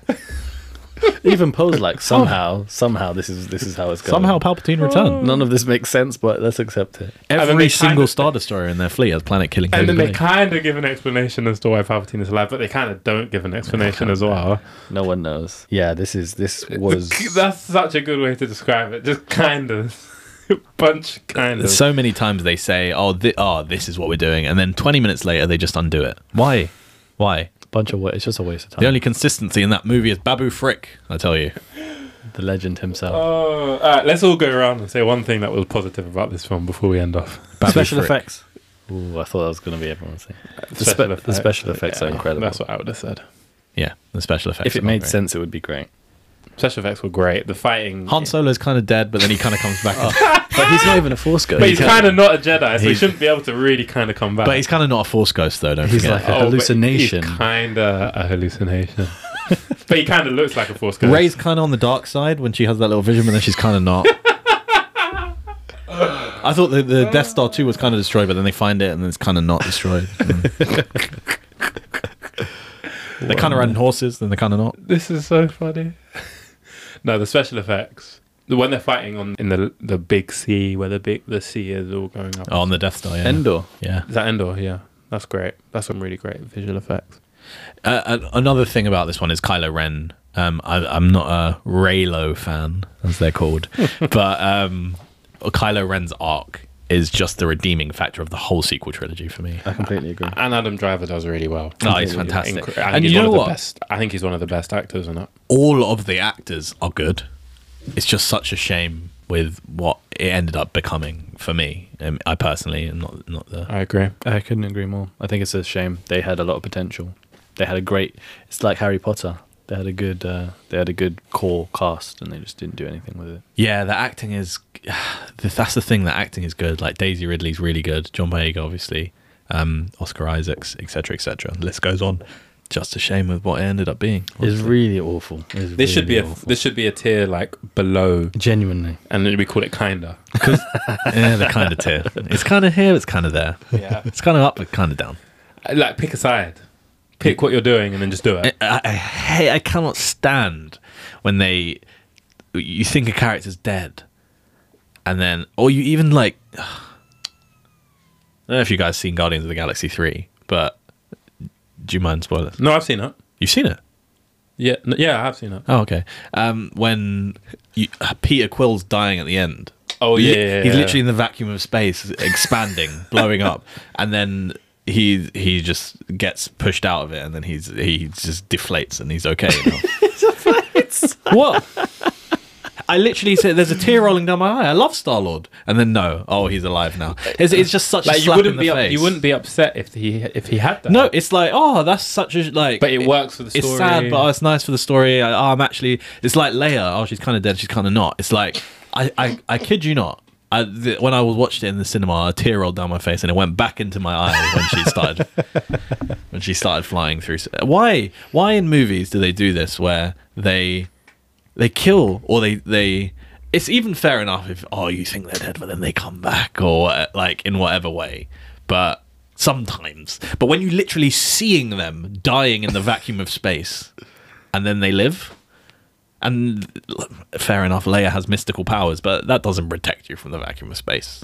Speaker 2: Even Poe's like somehow, somehow this is this is how it's going.
Speaker 1: Somehow Palpatine returned.
Speaker 2: none of this makes sense, but let's accept it.
Speaker 3: And then they
Speaker 1: Every single
Speaker 3: kinda-
Speaker 1: Star Destroyer in their fleet has planet killing
Speaker 3: And then they
Speaker 1: capability.
Speaker 3: kind of give an explanation as to why Palpatine is alive, but they kind of don't give an explanation as well.
Speaker 2: No one knows. Yeah, this is this was
Speaker 3: That's such a good way to describe it. Just kind of. Bunch kind of.
Speaker 1: So many times they say, oh, thi- oh, this is what we're doing. And then 20 minutes later, they just undo it. Why? Why?
Speaker 2: a bunch of wa- it's just a waste of time.
Speaker 1: The only consistency in that movie is Babu Frick, I tell you.
Speaker 2: The legend himself.
Speaker 3: Oh, all right, let's all go around and say one thing that was positive about this film before we end off.
Speaker 1: Babu
Speaker 2: Special
Speaker 1: Frick.
Speaker 2: effects. Ooh, I thought that was going to be everyone's thing. The, spe-
Speaker 3: Special
Speaker 2: the
Speaker 3: effects.
Speaker 2: special effects are
Speaker 3: Yeah,
Speaker 2: incredible.
Speaker 3: That's what I would have said.
Speaker 1: Yeah, the special effects.
Speaker 2: if
Speaker 1: are
Speaker 2: it
Speaker 1: not
Speaker 2: made
Speaker 1: great.
Speaker 2: sense, it would be great.
Speaker 3: Special effects were great. The fighting.
Speaker 1: Han Solo's kind of dead, but then he kind of comes back up.
Speaker 2: But he's not even a force ghost.
Speaker 3: but he's kind of not a Jedi, so he
Speaker 1: He's-
Speaker 3: shouldn't be able to really kind of come back. Oh,
Speaker 1: But he's kind of not a Force ghost, though, don't
Speaker 2: He's
Speaker 1: forget.
Speaker 2: like a hallucination.
Speaker 3: Kind of a hallucination. but he kind of looks like a force ghost.
Speaker 1: Ray's kind of on the dark side when she has that little vision, but then she's kind of not. I thought the, the Death Star 2 was kind of destroyed, but then they find it and it's kind of not destroyed. Mm. they're kind of riding horses, then they're kind of not.
Speaker 3: This is so funny. no, the special effects. The- When they're fighting on in the the big sea, where the big the sea is all going up.
Speaker 1: Oh, on the Death Star, yeah.
Speaker 2: Endor.
Speaker 1: yeah.
Speaker 3: Is that Endor? Yeah, that's great. That's some really great visual effects.
Speaker 1: Uh, an- another thing about this one is Kylo Ren. Um, I, I'm not a Raylo fan, as they're called, but um, Kylo Ren's arc is just the redeeming factor of the whole sequel trilogy for me.
Speaker 2: I completely agree.
Speaker 3: And Adam Driver does really well.
Speaker 1: Oh, he's
Speaker 3: Incre-
Speaker 1: fantastic.
Speaker 3: I think
Speaker 1: And
Speaker 3: he's
Speaker 1: you
Speaker 3: one
Speaker 1: know
Speaker 3: of the
Speaker 1: what?
Speaker 3: best- I think he's one of the best actors in it.
Speaker 1: All of the actors are good. It's just such a shame with what it ended up becoming for me. Um, I personally am not not the.
Speaker 3: I agree.
Speaker 2: I couldn't agree more. I think it's a shame. They had a lot of potential. They had a great. It's like Harry Potter. They had a good. Uh, they had a good core cast, and they just didn't do anything with it.
Speaker 1: Yeah, the acting is. That's the thing. That acting is good. Like Daisy Ridley's really good. John Boyega, obviously, um, Oscar Isaacs, etc., etc. The list goes on. Just a shame with what it ended up being.
Speaker 2: It's really awful. It's
Speaker 3: This should be a this should be a tier like below,
Speaker 2: genuinely.
Speaker 3: and then we call it kinda.
Speaker 1: yeah, they're kind of tier. It's kind of here. It's kind of there.
Speaker 3: Yeah.
Speaker 1: It's kind of up, but kind of down.
Speaker 3: like pick a side, pick what you're doing, and then just do it.
Speaker 1: I, I, hate- I cannot stand when they you think a character's dead, and then or you even like I don't know if you guys seen Guardians of the Galaxy three, but do you mind spoilers?
Speaker 3: No, I've seen it.
Speaker 1: You've seen it.
Speaker 3: Yeah, n- yeah, I have seen it.
Speaker 1: Oh, okay. Um, when you, uh, Peter Quill's dying at the end.
Speaker 3: Oh,
Speaker 1: Li-
Speaker 3: yeah, yeah,
Speaker 1: he's
Speaker 3: yeah.
Speaker 1: literally in the vacuum of space, expanding, blowing up, and then he he just gets pushed out of it, and then he's he just deflates, and he's okay. Now. what? I literally said, "There's a tear rolling down my eye." I love Star Lord, and then no, oh, he's alive now. It's, it's just such a
Speaker 3: Like you
Speaker 1: slap in
Speaker 3: wouldn't
Speaker 1: the
Speaker 3: be up,
Speaker 1: face.
Speaker 3: you wouldn't be upset if he if he had that.
Speaker 1: No, it's like, oh, that's such a like.
Speaker 3: But it works for the
Speaker 1: It's
Speaker 3: story.
Speaker 1: sad, but oh, it's nice for the story. I, oh, I'm actually. It's like Leia. Oh, she's kind of dead. She's kind of not. It's like I, I, I kid you not. I, the, when I was watched it in the cinema, a tear rolled down my face and it went back into my eye when she started when she started flying through. s- Why? Why in movies do they do this where they they kill or they they it's even fair enough if oh you think they're dead but then they come back or uh, like in whatever way but sometimes but when you literally seeing them dying in the vacuum of space and then they live and l- fair enough leia has mystical powers but that doesn't protect you from the vacuum of space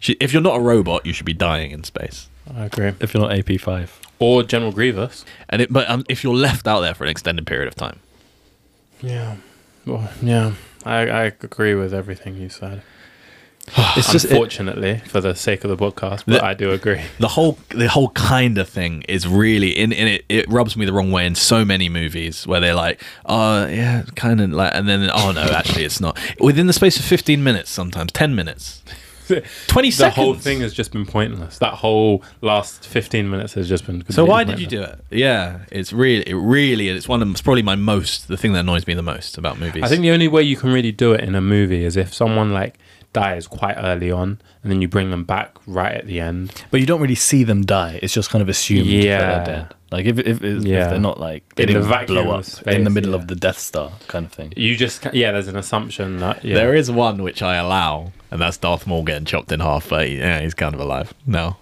Speaker 1: She- if you're not a robot you should be dying in space
Speaker 3: I agree.
Speaker 2: If you're not AP five,
Speaker 3: Or General Grievous.
Speaker 1: and it, but um, if you're left out there for an extended period of time
Speaker 3: Yeah, well, yeah. I, I agree with everything you said.
Speaker 2: it's just it,
Speaker 3: Unfortunately, for the sake of the podcast, but
Speaker 1: The-
Speaker 3: I do agree.
Speaker 1: the whole the whole kind of thing is really in in it it rubs me the wrong way in so many movies where they're like oh yeah kind of like and then oh no actually it's not within the space of 15 minutes sometimes 10 minutes 20
Speaker 3: The
Speaker 1: seconds
Speaker 3: whole thing has just been pointless. That whole last 15 minutes has just been.
Speaker 1: so why did you do it yeah it's really it really it's one of it's probably my most the thing that annoys me the most about movies
Speaker 3: I think the only way you can really do it in a movie is if someone like dies quite early on, and then you bring them back right at the end.
Speaker 2: but you don't really see them die. It's just kind of assumed
Speaker 3: Yeah.
Speaker 2: that they're dead. Like if if, if,
Speaker 3: Yeah.
Speaker 2: if they're not like they
Speaker 3: In the
Speaker 2: didn't
Speaker 3: vacuum
Speaker 2: blow
Speaker 3: of
Speaker 2: up in
Speaker 3: space,
Speaker 2: the middle
Speaker 3: yeah.
Speaker 2: of the Death Star kind of thing.
Speaker 3: You just ca- yeah. There's an assumption that yeah.
Speaker 1: there is one which i allow and that's darth maul getting chopped in half but yeah he's kind of alive no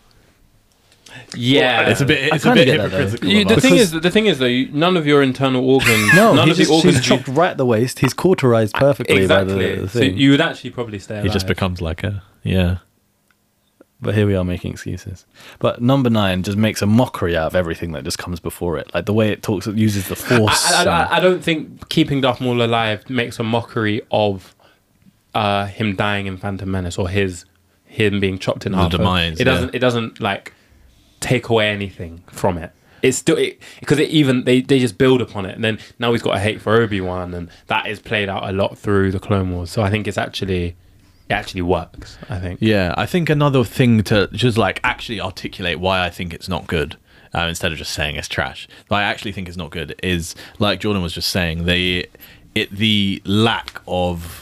Speaker 3: Yeah,
Speaker 1: It's a bit.
Speaker 2: I
Speaker 1: It's a
Speaker 2: kinda
Speaker 1: bit
Speaker 2: get that, though.
Speaker 1: hypocritical.
Speaker 3: You-
Speaker 1: of
Speaker 3: the
Speaker 1: us.
Speaker 3: thing
Speaker 2: Because-
Speaker 3: is, the thing is though, you, none of your internal organs,
Speaker 2: No,
Speaker 3: none
Speaker 2: he
Speaker 3: of the
Speaker 2: just, he's
Speaker 3: organs you
Speaker 2: chopped right at the waist. He's cauterized perfectly by the, the
Speaker 3: exactly. So
Speaker 2: thing.
Speaker 3: you would actually probably stay.
Speaker 1: he just
Speaker 3: alive.
Speaker 1: becomes like a yeah.
Speaker 2: But here we are making excuses. But number nine just makes a mockery out of everything that just comes before it. Like the way it talks, it uses the force.
Speaker 3: I, I- I-
Speaker 2: and-
Speaker 3: I don't think keeping Darth Maul alive makes a mockery of uh, him dying in Phantom Menace or his him being chopped in
Speaker 1: The
Speaker 3: half.
Speaker 1: demise,
Speaker 3: It doesn't.
Speaker 1: yeah.
Speaker 3: It doesn't like take away anything from it. It's still because it, even they, they just build upon it, and then now he's got a hate for Obi Wan, and that is played out a lot through the Clone Wars. So I think it's actually it actually works. I think.
Speaker 1: Yeah, I think another thing to just like actually articulate why I think it's not good uh, instead of just saying it's trash. But I actually think it's not good is like Jordan was just saying the it the lack of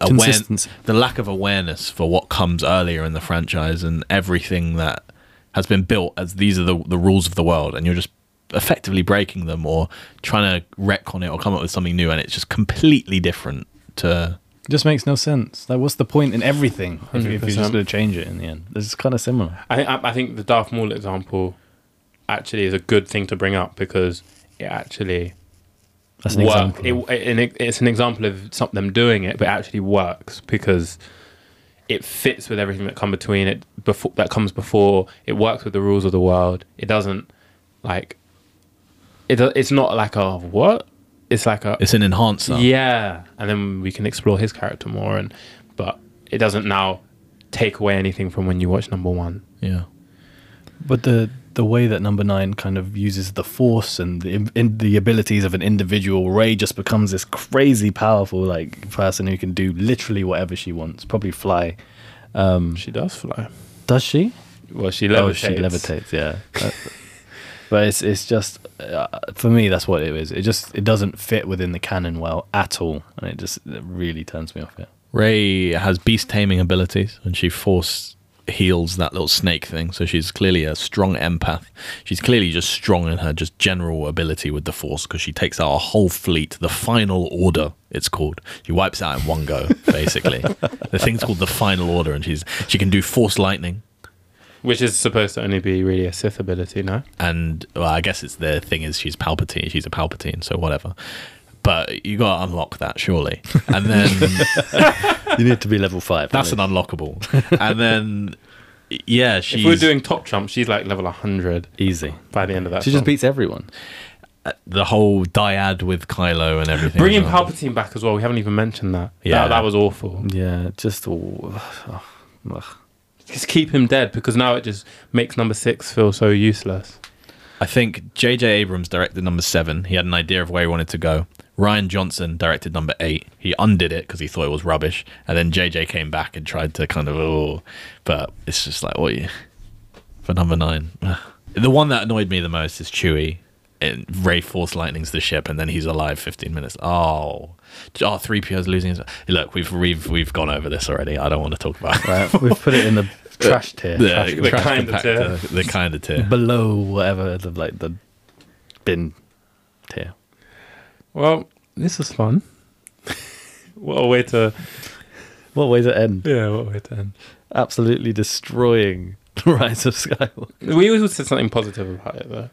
Speaker 1: awareness,
Speaker 2: Consistency.
Speaker 1: the lack of awareness for what comes earlier in the franchise and everything that has been built as these are the the rules of the world and you're just effectively breaking them or trying to retcon it or come up with something new and it's just completely different to
Speaker 2: just makes no sense. Like, what's the point in everything if, if you're
Speaker 3: 100%.
Speaker 2: just going to change it in the end? It's kind of similar.
Speaker 3: I, I I think the Darth Maul example actually is a good thing to bring up because it actually
Speaker 2: That's an
Speaker 3: work.
Speaker 2: example.
Speaker 3: It, it- and it- it's an example of some, them doing it, but it actually works because it fits with everything that come between it before that comes before. It works with the rules of the world. It doesn't like it. do- It's not like a what. It's like a
Speaker 1: it's an enhancer.
Speaker 3: yeah, and then we can explore his character more. And but it doesn't now take away anything from when you watch number one.
Speaker 1: yeah.
Speaker 2: But the the way that number nine kind of uses the force and the in, the abilities of an individual, Ray just becomes this crazy powerful like person who can do literally whatever she wants. Probably fly.
Speaker 3: She does fly.
Speaker 2: Does she?
Speaker 3: Well, she levitates.
Speaker 2: Oh, she levitates. Yeah. That- but it's it's just uh, for me that's what it is. It just it doesn't fit within the canon well at all, and it just it really turns me off. It.
Speaker 1: Ray has beast taming abilities, and she force heals that little snake thing. So she's clearly a strong empath. She's clearly just strong in her just general ability with the force because she takes out a whole fleet. The final order, it's called. She wipes out in one go, basically. the thing's called the final order, and she's she can do force lightning.
Speaker 3: Which is supposed to only be really a Sith ability, no?
Speaker 1: and well, I guess it's the thing is she's Palpatine, she's a Palpatine, so whatever. But you gotta unlock that surely, and then
Speaker 2: You need to be level five.
Speaker 1: that's
Speaker 2: at
Speaker 1: an unlockable, and then yeah, she's
Speaker 3: If we're doing top jump, she's like level 100
Speaker 2: least. easy.
Speaker 3: by the end of that.
Speaker 2: She just
Speaker 3: film.
Speaker 2: beats everyone.
Speaker 1: the whole dyad with Kylo and everything.
Speaker 3: Bringing
Speaker 1: as well.
Speaker 3: Palpatine back as well. We haven't even mentioned that.
Speaker 1: Yeah.
Speaker 3: That, that was awful.
Speaker 2: Yeah, just all. ugh, ugh.
Speaker 3: Just keep him dead because now it just makes number six feel so useless.
Speaker 1: I think J.J. Abrams directed number seven. He had an idea of where he wanted to go. Ryan Johnson directed number eight. He undid it because he thought it was rubbish, and then J.J. came back and tried to kind of oh, but it's just like what you for number nine. the one that annoyed me the most is Chewie. And Ray force lightnings the ship, and then he's alive 15 minutes. Oh, oh, three PO's losing his. Look, we've we've we've gone over this already. I don't want to talk about it.
Speaker 2: Right, we've put it in the trash tier, trash-
Speaker 3: the kind of tier.
Speaker 1: compactor, the kind of tier.
Speaker 2: below whatever the like the bin tier.
Speaker 3: Well, this was fun. what a way to.
Speaker 2: What way to end?
Speaker 3: Yeah, what a way to end.
Speaker 2: Absolutely destroying Rise of Skywalker.
Speaker 3: We always said something positive about it, though.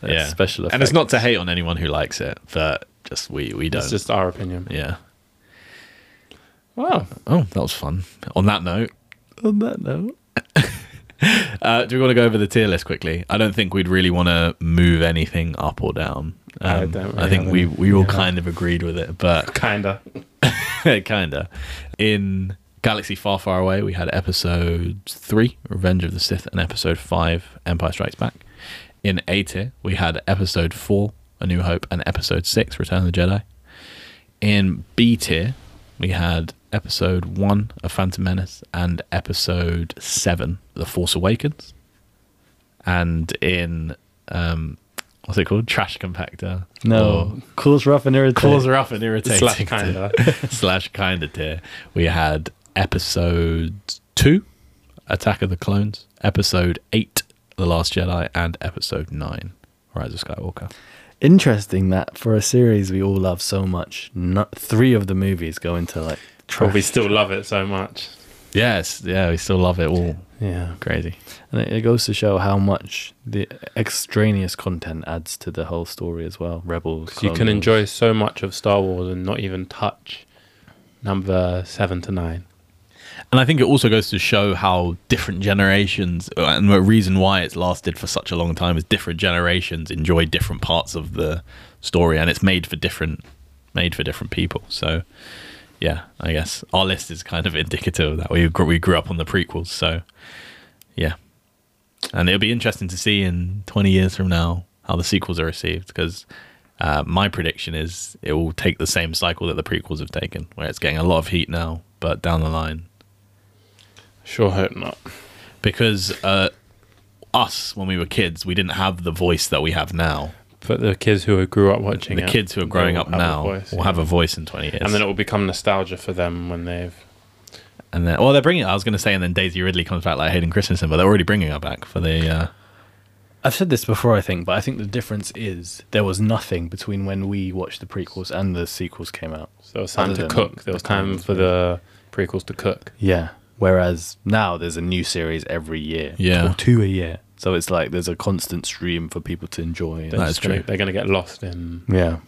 Speaker 2: That's special
Speaker 1: And it's
Speaker 2: effect.
Speaker 1: not to hate on anyone who likes it, but just we we don't.
Speaker 3: It's just our opinion.
Speaker 1: yeah.
Speaker 3: Wow.
Speaker 1: Oh, that was fun. On that note,
Speaker 2: On that note,
Speaker 1: uh, do we want to go over the tier list quickly? I don't think we'd really want to move anything up or down. Um,
Speaker 3: I don't really
Speaker 1: I think
Speaker 3: have
Speaker 1: we
Speaker 3: any-
Speaker 1: we all
Speaker 3: yeah.
Speaker 1: kind of agreed with it, but
Speaker 3: Kinda.
Speaker 1: kinda. In Galaxy Far Far Away, we had episode three, Revenge of the Sith, and episode five, Empire Strikes Back. In A tier, we had episode four, A New Hope, and episode six, Return of the Jedi. In B tier, we had episode one of Phantom Menace and episode seven, The Force Awakens. And in um, what's it called? Trash compactor.
Speaker 2: no.
Speaker 1: Or
Speaker 2: Cause rough and irritating.
Speaker 1: Claws are up and irritating.
Speaker 3: Slash
Speaker 1: tier
Speaker 3: kinda.
Speaker 1: slash kind of tier, we had episode two, Attack of the Clones, episode eight, The Last Jedi, and episode nine, Rise of Skywalker.
Speaker 2: Interesting that for a series we all love so much, no, three of the movies go into like
Speaker 3: But we
Speaker 2: trash.
Speaker 3: still love it so much.
Speaker 1: Yes, yeah, we still love it all.
Speaker 2: Yeah.
Speaker 1: Crazy.
Speaker 2: And it, it goes to show how much the extraneous content adds to the whole story as well. Rebels.
Speaker 3: Because you
Speaker 2: Clone
Speaker 3: can
Speaker 2: Wars.
Speaker 3: enjoy so much of Star Wars and not even touch number seven to nine.
Speaker 1: And I think it also goes to show how different generations, uh, and the reason why it's lasted for such a long time is different generations enjoy different parts of the story, and it's made for different, made for different people. So, yeah, I guess our list is kind of indicative of that. We grew, we grew up on the prequels, so yeah, and it'll be interesting to see in twenty years from now how the sequels are received because. Uh, my prediction is it will take the same cycle that the prequels have taken, where it's getting a lot of heat now, but down the line
Speaker 3: Sure hope not.
Speaker 1: because uh, us when we were kids we didn't have the voice that we have now
Speaker 3: But the kids who grew up watching
Speaker 1: the
Speaker 3: it,
Speaker 1: kids who are growing
Speaker 3: they'll
Speaker 1: up
Speaker 3: have a
Speaker 1: now
Speaker 3: voice,
Speaker 1: will
Speaker 3: yeah.
Speaker 1: have a voice in 20 years
Speaker 3: and then it will become nostalgia for them when they've.
Speaker 1: and then well they're bringing i was going to say and then daisy ridley comes back like hayden christensen but they're already bringing her back for the uh,
Speaker 2: I've said this before, I think, but I think the difference is there was nothing between when we watched the prequels and the sequels came out.
Speaker 3: So there was time
Speaker 2: Other
Speaker 3: to
Speaker 2: than
Speaker 3: cook. There was
Speaker 2: the Clone
Speaker 3: time
Speaker 2: Wars
Speaker 3: for the prequels to cook.
Speaker 2: Yeah. Whereas now there's a new series every year.
Speaker 1: Yeah.
Speaker 2: Or two a year. So it's like there's a constant stream for people to enjoy.
Speaker 3: They're
Speaker 1: That
Speaker 3: just
Speaker 1: is
Speaker 3: gonna,
Speaker 1: true.
Speaker 3: They're going to get lost in.
Speaker 2: yeah.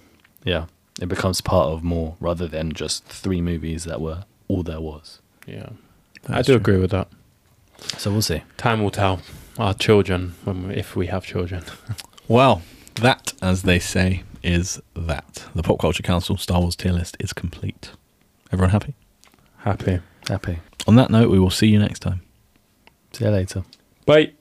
Speaker 2: Yeah. It becomes part of more rather than just three movies that were all there was.
Speaker 3: Yeah, I
Speaker 1: That's
Speaker 3: do
Speaker 1: true.
Speaker 3: agree with that.
Speaker 2: So we'll see.
Speaker 3: Time will tell. Our children, when we, if we have children.
Speaker 1: well that as they say is that the pop culture council star wars tier list is complete everyone happy
Speaker 3: Happy.
Speaker 2: Happy.
Speaker 1: on that note we will see you next time
Speaker 2: See you later.
Speaker 3: Bye.